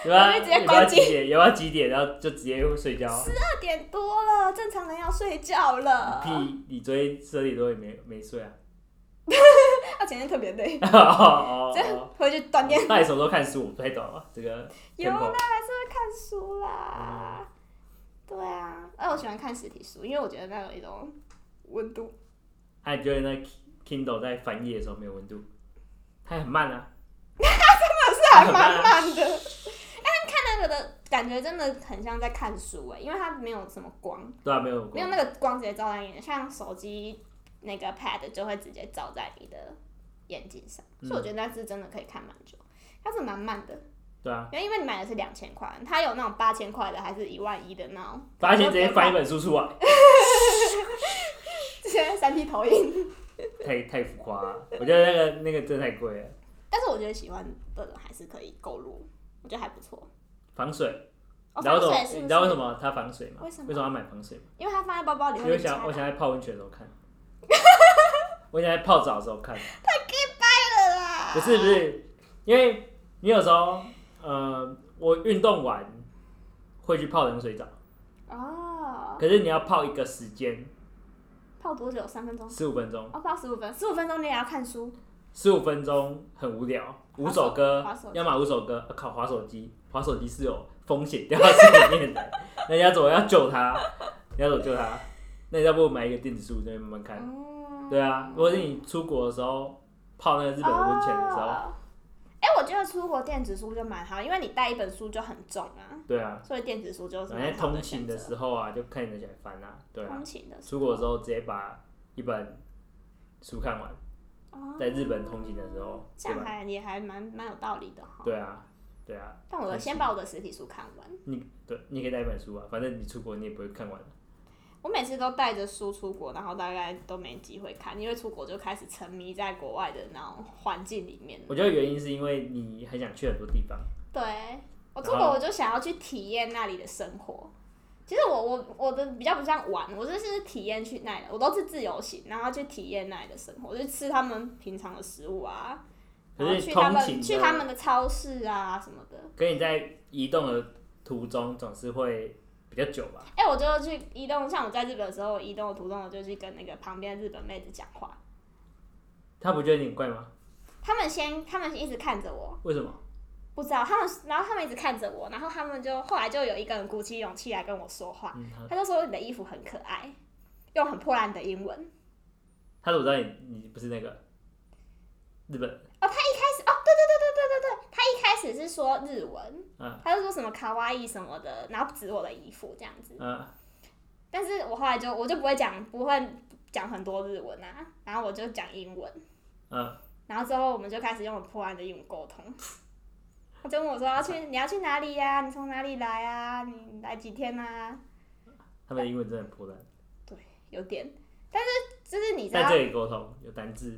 Speaker 1: 有啊，
Speaker 2: 我就直接
Speaker 1: 有
Speaker 2: 关
Speaker 1: 到
Speaker 2: 机啊
Speaker 1: 几点？有到几点？然后就直接睡觉。
Speaker 2: 二点多了，正常人要睡觉了。
Speaker 1: 屁！你昨天十二点多也没没
Speaker 2: <laughs>
Speaker 1: 睡啊？
Speaker 2: 他前天特别累，
Speaker 1: 哦
Speaker 2: <laughs>
Speaker 1: 哦
Speaker 2: 这
Speaker 1: 哦！
Speaker 2: 回去
Speaker 1: <laughs>
Speaker 2: 锻炼。
Speaker 1: 到底什么时候看书？我不太懂啊，这个
Speaker 2: 有啦，
Speaker 1: tempo
Speaker 2: 还是会看书
Speaker 1: 嗯
Speaker 2: 啦。对啊，哎，我喜欢看实体书，因为我觉得那有一种温度。
Speaker 1: 哎，你觉得那 Kindle 在翻页的时候没有温度，它很慢
Speaker 2: <laughs>
Speaker 1: 啊。
Speaker 2: 是还蛮慢的。哎，看那个的感觉真的很像在看书哎，因为它没有什么光，
Speaker 1: 对啊，没有
Speaker 2: 没有
Speaker 1: 光。
Speaker 2: 那个光直接照在眼睛，像手机那个 Pad 就会直接照在你的眼睛上，
Speaker 1: 嗯
Speaker 2: 所以我觉得那是真的可以看蛮久，它是蛮慢的。
Speaker 1: 对啊，
Speaker 2: 因为因为你买的是两千块，它有那种八千块的，还是一万一的那种，
Speaker 1: 发现直接翻一本书出来，
Speaker 2: 现在三 D 投影。
Speaker 1: 太太浮夸了，我觉得那个那个真的太贵了。
Speaker 2: 但是我觉得喜欢的人还是可以购入，我觉得还不错。
Speaker 1: 防水，
Speaker 2: 哦
Speaker 1: 你知道为什
Speaker 2: 防
Speaker 1: 么？
Speaker 2: 水是不
Speaker 1: 你
Speaker 2: 是
Speaker 1: 知道为什？么它防水吗？
Speaker 2: 为什么
Speaker 1: 要买防水吗？
Speaker 2: 因为它放在包包里
Speaker 1: 因
Speaker 2: 面
Speaker 1: 为我
Speaker 2: 会拆
Speaker 1: 想我
Speaker 2: 了
Speaker 1: 想在泡温泉的时候
Speaker 2: <laughs>
Speaker 1: 看，我想在泡澡的时候看。
Speaker 2: 啦。
Speaker 1: 不是不是，因为你有时候呃，我运动完会去泡冷水澡，
Speaker 2: 哦，
Speaker 1: 可是你要泡一个时间，
Speaker 2: 泡多久？三分钟。
Speaker 1: 十五分钟，
Speaker 2: 哦，泡十五分，十五分钟你也要看书。
Speaker 1: 十五分钟很无聊，五首歌
Speaker 2: 滑手滑手，机
Speaker 1: 要么五首歌，啊、靠，滑手机，滑手机是有风险掉到水里面的，那你要怎么要救它？你要怎么救它？那你要不买一个电子书在那边慢慢看？
Speaker 2: 嗯
Speaker 1: 对啊，如果是你出国的时候泡那个日本的温泉的时候，
Speaker 2: 哦哎、我觉得出国电子书就蛮好，因为你带一本书就很重啊，
Speaker 1: 对啊，
Speaker 2: 所以电子书就是
Speaker 1: 反正
Speaker 2: 蛮好
Speaker 1: 通
Speaker 2: 的
Speaker 1: 勤
Speaker 2: 选
Speaker 1: 的
Speaker 2: 择。
Speaker 1: 时候啊，就看得起来翻啊，对啊
Speaker 2: 通，勤的时候，
Speaker 1: 出国的时候直接把一本书看完，
Speaker 2: 哦
Speaker 1: 在日本通勤的时候，
Speaker 2: 这
Speaker 1: 对
Speaker 2: 样
Speaker 1: 吧？
Speaker 2: 还也还蛮蛮有道理的哈。
Speaker 1: 对啊，对啊，
Speaker 2: 但我先把我的实体书看完。
Speaker 1: 你对，你可以带一本书啊，反正你出国你也不会看完。
Speaker 2: 嗯我每次都带着书出国，然后大概都没机会看，因为出国就开始沉迷在国外的那种环境里面了。
Speaker 1: 我觉得原因是因为你很想去很多地方，
Speaker 2: 对我出
Speaker 1: 然
Speaker 2: 国，
Speaker 1: 后
Speaker 2: 我就想要去体验那里的生活。其实我我我的比较不像玩，我就是体验去那里的，我都是自由行，然后去体验那里的生活，我就吃他们平常的食物啊，
Speaker 1: 可
Speaker 2: 然后
Speaker 1: 是
Speaker 2: 去
Speaker 1: 通
Speaker 2: 他们
Speaker 1: 勤
Speaker 2: 去他
Speaker 1: 的，
Speaker 2: 们的超市啊什么的。
Speaker 1: 可你在移动的途中总是会比较久吧？
Speaker 2: 哎、我就去移动，像我在日本的时候，我移动的途中我就去跟那个旁边的日本妹子讲话，
Speaker 1: 他不觉得你很怪吗？
Speaker 2: 他们先他们一直看着我，
Speaker 1: 为什么？
Speaker 2: 不知道他们，然后他们一直看着我，然后他们就后来就有一个人鼓起勇气来跟我说话，
Speaker 1: 嗯，他
Speaker 2: 他就说你的衣服很可爱，用很破烂的英文。
Speaker 1: 他怎么知道你你不是那个日本人？
Speaker 2: 一开始是说日文，
Speaker 1: 嗯
Speaker 2: 他就说什么卡哇伊什么的，然后指我的衣服这样子。
Speaker 1: 嗯，
Speaker 2: 但是我后来就我就不会讲，不会讲很多日文啊，然后我就讲英文，
Speaker 1: 嗯，
Speaker 2: 然后之后我们就开始用很破烂的英文沟通。他就问我说要去你要去哪里呀、你从哪里来啊？你来几天啊？
Speaker 1: 他们的英文真的很破烂，
Speaker 2: 有点，但是就是你知
Speaker 1: 在
Speaker 2: 道
Speaker 1: 这里沟通有单字，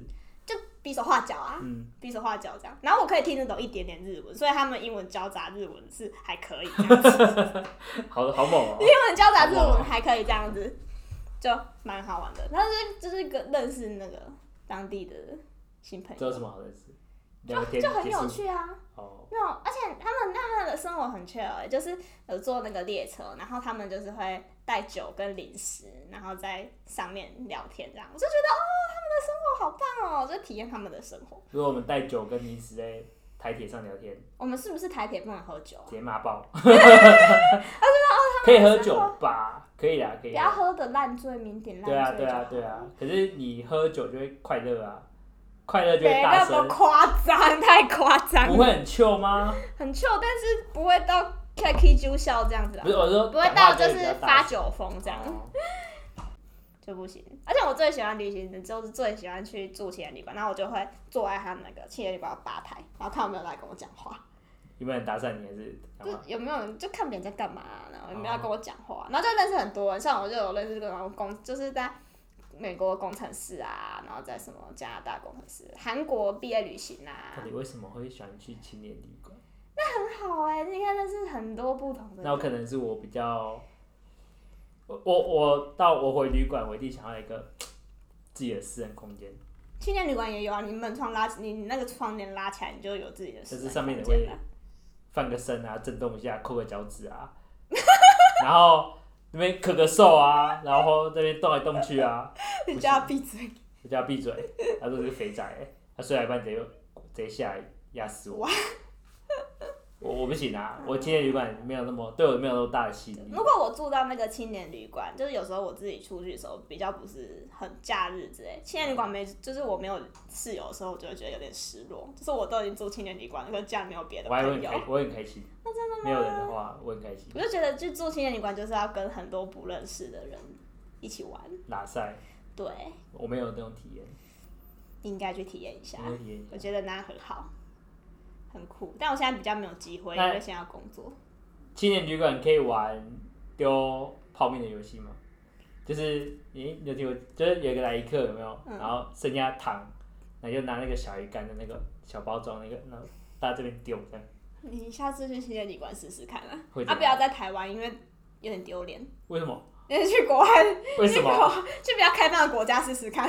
Speaker 2: 比手画脚啊，
Speaker 1: 嗯，
Speaker 2: 比手画脚这样。然后我可以听得懂一点点日文，所以他们英文交杂日文是还可以这样子。
Speaker 1: 好好猛哦、
Speaker 2: 英文交杂志我们还可以这样子，就蛮好玩的。但是就是跟认识那个当地的新朋
Speaker 1: 这有
Speaker 2: 友，
Speaker 1: 什么好认识？聊天
Speaker 2: 就很
Speaker 1: 结
Speaker 2: 有
Speaker 1: 束
Speaker 2: 趣啊。
Speaker 1: 哦，
Speaker 2: 没有，而且他们那边的生活很 chill，、欸、就是有坐那个列车，然后他们就是会带酒跟零食，然后在上面聊天这样。我就觉得哦，他们的生活好棒哦，就体验他们的生活。
Speaker 1: 如果我们带酒跟零食在台铁上聊天，
Speaker 2: 我们是不是台铁不能喝酒啊
Speaker 1: 直？接骂
Speaker 2: <laughs>
Speaker 1: 爆，
Speaker 2: 哦
Speaker 1: <laughs> 可以喝酒吧？可以啦，可
Speaker 2: 不
Speaker 1: 以
Speaker 2: 要
Speaker 1: 啦。
Speaker 2: 喝的烂醉，酩酊
Speaker 1: 对啊，
Speaker 2: 烂醉
Speaker 1: 对
Speaker 2: 就好
Speaker 1: 啊，对啊。可是你喝酒就会快乐啊，快乐就会
Speaker 2: 没
Speaker 1: 大
Speaker 2: 那么
Speaker 1: 声，
Speaker 2: 夸张，太夸张了。
Speaker 1: 啊不会很 chill 吗？
Speaker 2: 很臭，但是不会到开 K 揪笑这样子啦
Speaker 1: 不，是，我说
Speaker 2: 不会
Speaker 1: 讲
Speaker 2: 到
Speaker 1: 话
Speaker 2: 就
Speaker 1: 会比
Speaker 2: 是
Speaker 1: 较
Speaker 2: 发
Speaker 1: 大声
Speaker 2: 酒疯这样
Speaker 1: 哦
Speaker 2: 就不行。而且我最喜欢旅行的就是最喜欢去住青年旅馆，然后我就会坐在他们那个青年旅馆的吧台，然后看有没有人来跟我讲话，
Speaker 1: 有没有人搭讪你？还是
Speaker 2: 就
Speaker 1: 干
Speaker 2: 是
Speaker 1: 嘛
Speaker 2: 有没有人就看别人在干嘛、啊然后有
Speaker 1: 哦
Speaker 2: 没有要跟我讲话，啊然后就认识很多人，像我就有认识这种工，就是在。美国工程师啊，然后在什么加拿大工程师，韩国毕业旅行啊
Speaker 1: 到，底为什么会喜欢去青年旅馆？
Speaker 2: 很好哎、你看认识很多不同的人。
Speaker 1: 那我可能是我比较，我我我到我回旅馆，我一定想要一个自己的私人空间，
Speaker 2: 青年旅馆也有啊，你门窗拉起，你你那个窗帘拉起来，你就有自己的
Speaker 1: 就
Speaker 2: 私
Speaker 1: 是
Speaker 2: 人
Speaker 1: 上面
Speaker 2: 空
Speaker 1: 的
Speaker 2: 间
Speaker 1: 会
Speaker 2: 了
Speaker 1: 翻个身啊，震动一下，扣个脚趾啊， <laughs> 然后那边咳个嗽啊，然后这边动来动去啊，
Speaker 2: <laughs> 你叫他闭嘴，
Speaker 1: 我叫他闭嘴，他说是肥仔、他睡到一半直接直接下来压死我。我我不行啊，我青年旅馆没有那么对我没有那么大的吸引力
Speaker 2: 如。果我住到那个青年旅馆，就是有时候我自己出去的时候比较不是很假日之类，青年旅馆没
Speaker 1: 嗯
Speaker 2: 就是我没有室友的时候，我就会觉得有点失落。就是我都已经住青年旅馆，可是家里没有别的
Speaker 1: 我还会很
Speaker 2: 朋友
Speaker 1: 开，，我会很开心。没有人的话，我很开心。
Speaker 2: 我就觉得去住青年旅馆就是要跟很多不认识的人一起玩。
Speaker 1: 拉塞，
Speaker 2: 对，
Speaker 1: 我没有那种体验，
Speaker 2: 你应该去体验一下
Speaker 1: 没，有体验。
Speaker 2: 我觉得那很好，很酷。但我现在比较没有机会，因
Speaker 1: 哎
Speaker 2: 为现在要工作。
Speaker 1: 青年旅馆可以玩丢泡面的游戏吗？就是你你有听过，就是有一个来一客有没有？
Speaker 2: 嗯
Speaker 1: 然后剩下糖，那就拿那个小鱼干的那个小包装那个，然后大家这边丢这样。
Speaker 2: 你下次去新的旅馆试试看啊
Speaker 1: 会，
Speaker 2: 啊
Speaker 1: 怎
Speaker 2: 不要在台湾，因为有点丢脸。 <laughs>
Speaker 1: 为什么？
Speaker 2: 因为去国外，
Speaker 1: 为
Speaker 2: 去
Speaker 1: 什
Speaker 2: 国 <laughs>
Speaker 1: 么
Speaker 2: 去比较开放的国家试试
Speaker 1: <laughs>
Speaker 2: 看，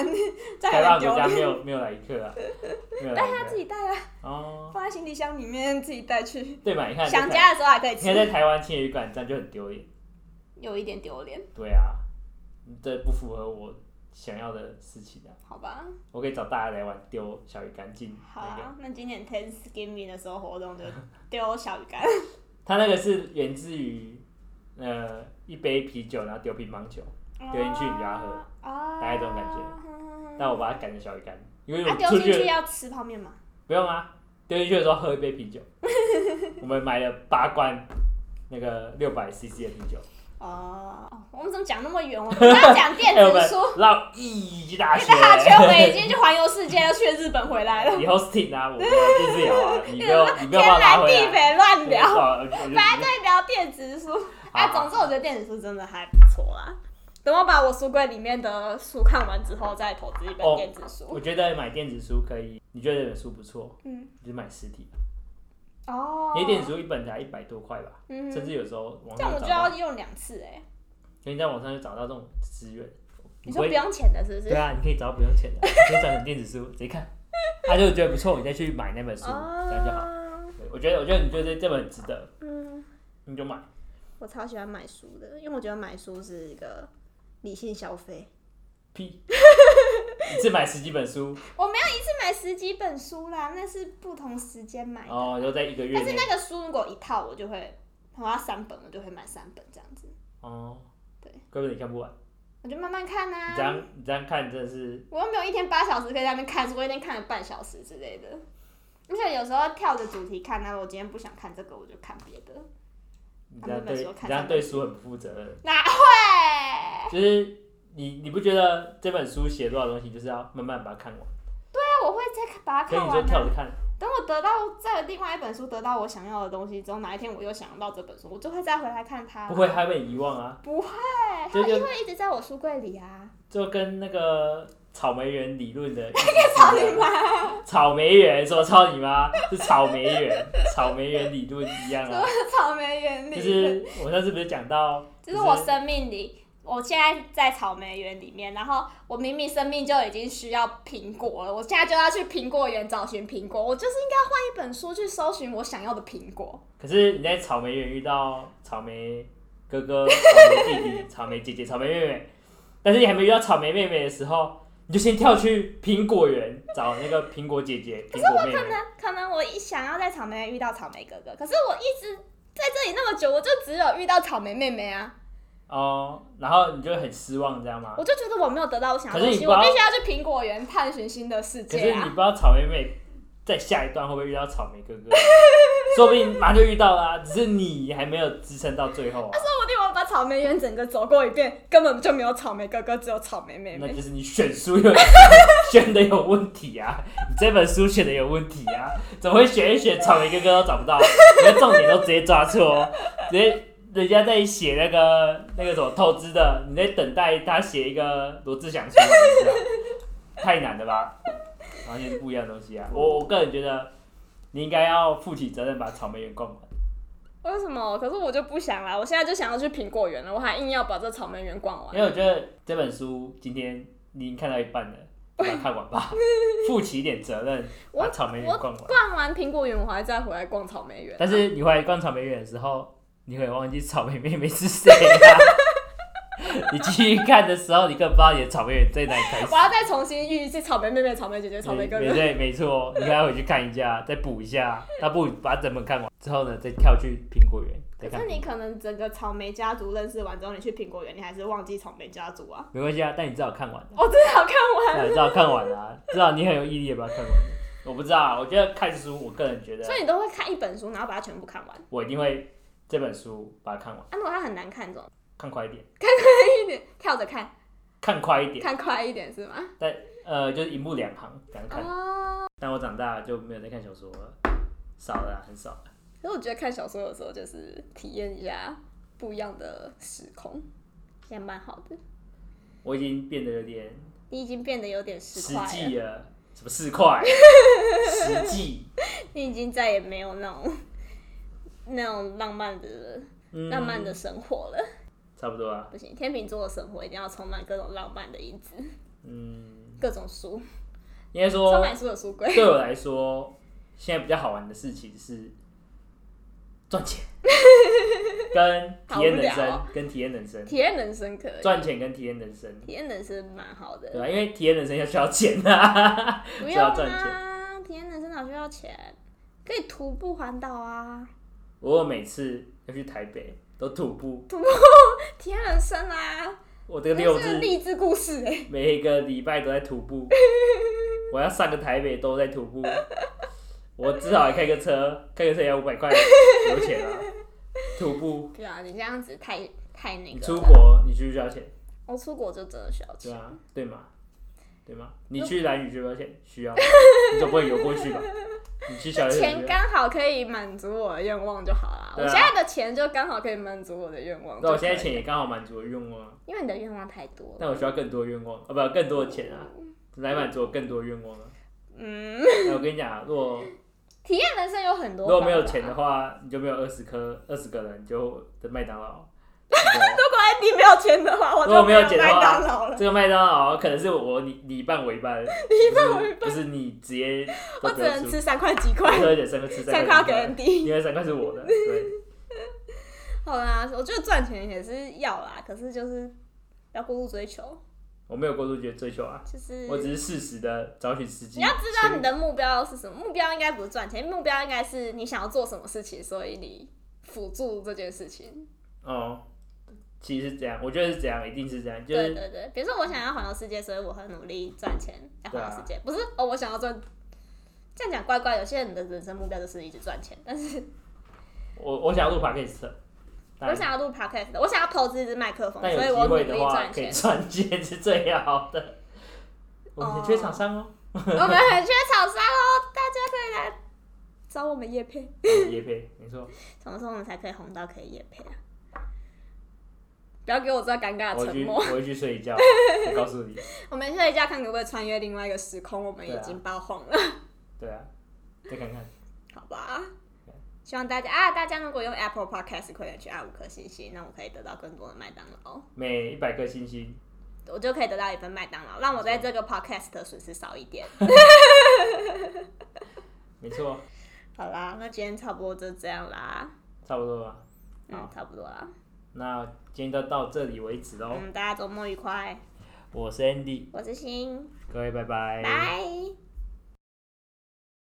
Speaker 2: 这
Speaker 1: 开
Speaker 2: 样
Speaker 1: 放
Speaker 2: 很丢
Speaker 1: 国家
Speaker 2: 脸。
Speaker 1: 没有没有来一客啊？没有来
Speaker 2: 但
Speaker 1: 一
Speaker 2: 他自
Speaker 1: 客
Speaker 2: 己带啊，
Speaker 1: 哦，
Speaker 2: 放在行李箱里面自己带去。
Speaker 1: 对嘛？你看在
Speaker 2: 想
Speaker 1: 台，
Speaker 2: 家的时候还可以
Speaker 1: 你看在
Speaker 2: 吃，
Speaker 1: 台湾青旅馆这样就很丢脸。
Speaker 2: 有一点丢脸，
Speaker 1: 对啊，这不符合我想要的事情啊！
Speaker 2: 好吧？
Speaker 1: 我可以找大家来玩丢小鱼干进
Speaker 2: 好
Speaker 1: 那个，
Speaker 2: 啊，那今年 Thanksgiving 的时候活动就丢小鱼干，
Speaker 1: 它那个是源自于呃一杯啤酒，然后丢乒乓球，丢进去你就要喝
Speaker 2: 啊，大
Speaker 1: 概这种感觉但我把它改成小鱼干，因为我
Speaker 2: 啊，
Speaker 1: 们
Speaker 2: 丢
Speaker 1: 出
Speaker 2: 进
Speaker 1: 去
Speaker 2: 去要吃泡面吗？
Speaker 1: 不用啊，丢进去的时候喝一杯啤酒， <laughs> 我们买了八罐那个六百 CC 的啤酒，
Speaker 2: 哦，哦我们怎么讲那么远？我们刚刚讲电
Speaker 1: 哎，我
Speaker 2: 子
Speaker 1: 们 <laughs>
Speaker 2: 书，
Speaker 1: 绕一大圈，
Speaker 2: <laughs> 大圈我们已经去环游世界，要去日本回来了，
Speaker 1: <laughs> 以后 Steam 啊，我们一直聊啊，你不
Speaker 2: <laughs>
Speaker 1: 要 <laughs> 你不要
Speaker 2: 天
Speaker 1: 把我拉
Speaker 2: 南
Speaker 1: 回
Speaker 2: 地
Speaker 1: 来，
Speaker 2: 北乱聊。
Speaker 1: 啊我就我就
Speaker 2: 反正在聊电子书
Speaker 1: 好
Speaker 2: 啊，
Speaker 1: 好
Speaker 2: 总之我觉得电子书真的还不错啦。等我把我书柜里面的书看完之后，再投资一
Speaker 1: 哦
Speaker 2: 本电子书。
Speaker 1: 我觉得买电子书可以，你觉得这本书不错，
Speaker 2: 嗯，
Speaker 1: 你就买实体。
Speaker 2: 哦，
Speaker 1: 因为电子书一本才一百多块吧，
Speaker 2: 嗯
Speaker 1: 甚至有时候网
Speaker 2: 这样
Speaker 1: 上找
Speaker 2: 我就
Speaker 1: 到
Speaker 2: 要，用两次哎、
Speaker 1: 所以你在网上就找到这种资源。
Speaker 3: 你
Speaker 1: 不
Speaker 3: 说
Speaker 1: 会
Speaker 3: 不用钱的是不
Speaker 1: 对
Speaker 3: 是？
Speaker 1: 啊，你可以找到不用钱的，你可以找成电子书，直接看，他就觉得不错，你再去买那本书，这样就好。
Speaker 2: 哦，
Speaker 1: 对我觉得，我觉得你觉得这本值得，
Speaker 2: 嗯，
Speaker 1: 你就买。
Speaker 2: 我超喜欢买书的，因为我觉得买书是一个理性消费。 <laughs>
Speaker 1: 屁，一次买十几本书，
Speaker 2: 我没有一次买十几本书啦，那是不同时间买的。
Speaker 1: 哦，然后在一个月
Speaker 2: 但是
Speaker 1: 内，
Speaker 2: 那个书如果一套，我就会，我要三本，我就会买三本这样子，
Speaker 1: 哦，
Speaker 2: 对，
Speaker 1: 怪不得你看不完，
Speaker 2: 我就慢慢看啊。
Speaker 1: 你这样你这样看真的是，
Speaker 2: 我又没有一天八小时可以在那边看书，我一天看了半小时之类的。而且有时候跳着主题看，那我今天不想看这个，我就看别的。
Speaker 1: 你这样
Speaker 2: 他们那
Speaker 1: 对，
Speaker 2: 时候
Speaker 1: 你
Speaker 2: 看
Speaker 1: 这样
Speaker 2: 上
Speaker 1: 对书很不负责任。
Speaker 2: 哪会？
Speaker 1: 就是你你不觉得这本书写多少东西，就是要慢慢把它看完，
Speaker 2: 啊那我会再看把它
Speaker 1: 所以
Speaker 2: 看
Speaker 1: 你就
Speaker 2: 完、
Speaker 1: 跳
Speaker 2: 啊。
Speaker 1: 着看，
Speaker 2: 等我得到再有另外一本书，得到我想要的东西之后，哪一天我又想到这本书，我就会再回来看它。
Speaker 1: 不会，它被遗忘啊，
Speaker 2: 不会，
Speaker 1: 这
Speaker 2: 它
Speaker 1: 就
Speaker 2: 因为一直在我书柜里啊。
Speaker 1: 就跟那个草莓园理论的
Speaker 2: 操你妈！ <laughs>
Speaker 1: 草莓园什么操你妈是草莓园草莓园理论一样
Speaker 2: <laughs>
Speaker 1: 啊，
Speaker 2: 草莓园里，
Speaker 1: 就是我上次不是讲到，
Speaker 2: 就是我生命里，我现在在草莓园里面，然后我明明生命就已经需要苹果了，我现在就要去苹果园找寻苹果，我就是应该换一本书去搜寻我想要的苹果。
Speaker 1: 可是你在草莓园遇到草莓哥哥、草莓弟弟、草莓姐姐、草莓妹妹，但是你还没遇到草莓妹妹的时候，你就先跳去苹果园找那个苹果姐姐、苹果妹妹。
Speaker 2: 那可能我一想要在草莓园遇到草莓哥哥，可是我一直在这里那么久，我就只有遇到草莓妹妹啊，
Speaker 1: 哦，然后你就会很失望，知道吗？
Speaker 2: 我就觉得我没有得到我想要的
Speaker 1: 可是
Speaker 2: 东
Speaker 1: 你
Speaker 2: 西，
Speaker 1: 不
Speaker 2: 我
Speaker 1: 要
Speaker 2: 必须要去苹果园探寻新的世
Speaker 1: 可是
Speaker 2: 界
Speaker 1: 你
Speaker 2: 啊
Speaker 1: 不。知道草莓妹在下一段会不会遇到草莓哥
Speaker 2: <laughs>
Speaker 1: 哥，说不定马上就遇到啦、只是你还没有支撑到最后、啊，
Speaker 2: 说不定我把草莓园整个走过一遍，根本就没有草莓哥哥，只有草莓妹
Speaker 1: 那
Speaker 2: 妹。
Speaker 1: 就是你选书有选的有问题啊， <laughs> 你这本书选的有问题啊，怎么会选一选草莓哥哥都找不到，你的重点都直接抓错、哦，直接。人家在写那个那个什么透支的，你在等待他写一个罗志祥出来，你知道太难了吧？完全是不一样的东西啊！我我个人觉得，你应该要负起责任，把草莓园逛完。
Speaker 2: 为什么？可是我就不想啦，我现在就想要去苹果园了，我还硬要把这草莓园逛完。
Speaker 1: 因为我觉得这本书今天你已经看到一半了，把它看完
Speaker 2: <laughs>
Speaker 1: 吧，负起一点责任，
Speaker 2: 我
Speaker 1: 把草莓园逛完。
Speaker 2: 逛完苹果园，我还再回来逛草莓园。
Speaker 1: 但是你回来逛草莓园的时候，你会忘记草莓妹妹是谁啊？ <laughs> 你继续看的时候，你更不知道你的草莓园在哪里开始
Speaker 2: 我。要再重新遇一次草莓妹妹、草莓姐姐、草莓
Speaker 1: 没
Speaker 2: 哥
Speaker 1: 没
Speaker 2: 哥。
Speaker 1: 对，没错，你要回去看一下，再补一下。那不如把整本看完之后呢，再跳去苹果园再
Speaker 2: 可
Speaker 1: 看
Speaker 2: 是
Speaker 1: 苹果。
Speaker 2: 你可能整个草莓家族认识完之后，你去苹果园，你还是忘记草莓家族啊！
Speaker 1: 没关系啊，但你至少看完了。
Speaker 2: 我哦真的好看完，
Speaker 1: 对，至少看完了、啊，至少你很有毅力地把它看完。我不知道啊，我觉得看书，我个人觉得
Speaker 2: 所以你都会看一本书，然后把它全部看完。啊，
Speaker 1: 我一定会这本书把它看完，
Speaker 2: 如果它很难看，怎么
Speaker 1: 看快一点，
Speaker 2: 一点 <laughs> 跳着看，
Speaker 1: 看快一点，
Speaker 2: 看快一点是吗？
Speaker 1: 呃，就是一目两行这样看。
Speaker 2: 哦。
Speaker 1: 但我长大就没有在看小说了，少了啊、很少了。
Speaker 2: 可是我觉得看小说有时候就是体验一下不一样的时空，也蛮好的。
Speaker 1: 我已经变得有点
Speaker 2: 你已经变得有点
Speaker 1: 实
Speaker 2: 市侩了，
Speaker 1: 际了，什么四块，
Speaker 2: <laughs>
Speaker 1: 实际，
Speaker 2: 你已经再也没有那种 <laughs> 那种浪漫的
Speaker 1: 嗯
Speaker 2: 浪漫的生活了。
Speaker 1: 差不多啊，
Speaker 2: 不行，天秤座的生活一定要充满各种浪漫的因子，
Speaker 1: 嗯，
Speaker 2: 各种书，
Speaker 1: 应该说
Speaker 2: 充满书的书柜。
Speaker 1: 对我来说，现在比较好玩的事情是赚钱，跟体验
Speaker 2: <laughs>
Speaker 1: 人
Speaker 2: 好无聊
Speaker 1: 生
Speaker 2: 哦，
Speaker 1: 跟体验人生，
Speaker 2: 体验人生可以，
Speaker 1: 赚钱跟体验人生，
Speaker 2: 体验人生蛮好
Speaker 1: 对啊
Speaker 2: 的，
Speaker 1: 吧？因为体验人生要需要钱啊，
Speaker 2: 不
Speaker 1: 是
Speaker 2: 用
Speaker 1: 要赚钱
Speaker 2: 啊，体验人生哪需要钱？可以徒步环岛啊，
Speaker 1: 我每次要去台北都徒步，
Speaker 2: 体验人生啊，
Speaker 1: 我这个
Speaker 2: 这
Speaker 1: 六
Speaker 2: 是个
Speaker 1: 日
Speaker 2: 励志故事哎、
Speaker 1: 每一个礼拜都在徒
Speaker 2: <laughs>
Speaker 1: 步，我要上个台北都在徒步，我至少还开个车，开个车也要五百块，有钱
Speaker 2: <laughs>
Speaker 1: 啊，徒步。
Speaker 2: 对啊，你这样子太太那
Speaker 1: 你
Speaker 2: 个
Speaker 1: 出
Speaker 2: 了。
Speaker 1: 国，你需不需要钱？
Speaker 2: 我出国就真的需要
Speaker 1: 对
Speaker 2: 钱，嗯
Speaker 1: 啊，对吗？对吗？你去蓝屿需不需要钱？需
Speaker 2: <laughs>
Speaker 1: 要，你总不会游过去吧？你去小
Speaker 2: 这
Speaker 1: 琉
Speaker 2: 钱
Speaker 1: 球，
Speaker 2: 刚好可以满足我的愿望就好啦。
Speaker 1: 对啊
Speaker 2: 我现在的钱就刚好可以满足我的愿望。
Speaker 1: 那我现在，钱也刚好满足我的愿望啊，
Speaker 2: 因为你的愿望太多了。
Speaker 1: 但我需要更多愿望啊，不，更多的钱啊，来满足我更多愿望啊。
Speaker 2: 嗯，
Speaker 1: 哎，我跟你讲啊，如果
Speaker 2: 体验人生有很多。
Speaker 1: 如果没有钱的，话，你就没有二十颗二十个人就的麦当劳。对
Speaker 2: 哎，你没有钱的话，我
Speaker 1: 如果
Speaker 2: 就
Speaker 1: 没
Speaker 2: 没
Speaker 1: 有钱的
Speaker 2: 麦
Speaker 1: 话
Speaker 2: 当劳了。
Speaker 1: 这个麦当劳可能是我你你一半我一
Speaker 2: <laughs>
Speaker 1: 半，你半我一半，不是你直接都
Speaker 2: 我
Speaker 1: 不
Speaker 2: 只
Speaker 1: 要
Speaker 2: 能
Speaker 1: 出，
Speaker 2: 吃三块几块，
Speaker 1: 我而且三个吃
Speaker 2: 三
Speaker 1: 三块
Speaker 2: 块要给人低。
Speaker 1: 因为三块是我的，对。
Speaker 2: 好啦，我觉得赚钱也是要啦，可是就是不要过度追求，
Speaker 1: 我没有过度觉得追求啊，
Speaker 2: 就是
Speaker 1: 我只是适时的找寻时机。
Speaker 2: 你要知道你的目标是什么。目标应该不是赚钱，目标应该是你想要做什么事情，所以你辅助这件事情。
Speaker 1: 哦，其实是这样，我觉得是这样，一定是这样，就
Speaker 2: 对
Speaker 1: 是
Speaker 2: 对对，比如说我想要环游世界，所以我很努力赚钱来环游世
Speaker 1: 啊
Speaker 2: 界，不是哦，我想要赚。这样讲怪怪，有些人的人生目标就是一直赚钱，但是
Speaker 1: 我我想要录 podcast，
Speaker 2: 我
Speaker 1: 但
Speaker 2: 想要录 podcast，的我想要投资一支麦克风，
Speaker 1: 但
Speaker 2: 所以
Speaker 1: 有
Speaker 2: 我
Speaker 1: 机
Speaker 2: 努
Speaker 1: 会
Speaker 2: 力
Speaker 1: 的话
Speaker 2: 赚
Speaker 1: 可以
Speaker 2: 钱。
Speaker 1: 赚钱是最好的。我们缺厂商哦，
Speaker 2: <laughs> 我们很缺厂商哦，大家可以来找我们叶配。
Speaker 1: 哦叶配没
Speaker 2: <laughs>
Speaker 1: 错，
Speaker 2: 什么时候我们才可以红到可以叶配啊？不要给我这尴尬
Speaker 1: 我
Speaker 2: 的
Speaker 1: 会
Speaker 2: 沉
Speaker 1: 去
Speaker 2: 默
Speaker 1: 我。会去睡一觉，我告诉你，
Speaker 2: <laughs> 我们睡一觉看可不可以穿越另外一个时空，我们
Speaker 1: 对
Speaker 2: 已
Speaker 1: 啊
Speaker 2: 经爆红了，
Speaker 1: 对啊，再看看，
Speaker 2: 好吧？希望大家啊，大家如果用 Apple Podcast 可以去按五颗星星，那我可以得到更多的麦当劳，
Speaker 1: 每一百颗星星，
Speaker 2: 我就可以得到一份麦当劳，让我在这个 Podcast 的损失少一点。
Speaker 1: 没错，
Speaker 2: 好啦，那今天差不多就这样啦，
Speaker 1: 差不多吧。
Speaker 2: 嗯，差不多啦，嗯
Speaker 1: 那今天就到这里为止喽，
Speaker 2: 嗯，大家周末愉快，
Speaker 1: 我是 Andy，
Speaker 2: 我是欣，
Speaker 1: 各位拜拜
Speaker 2: 拜。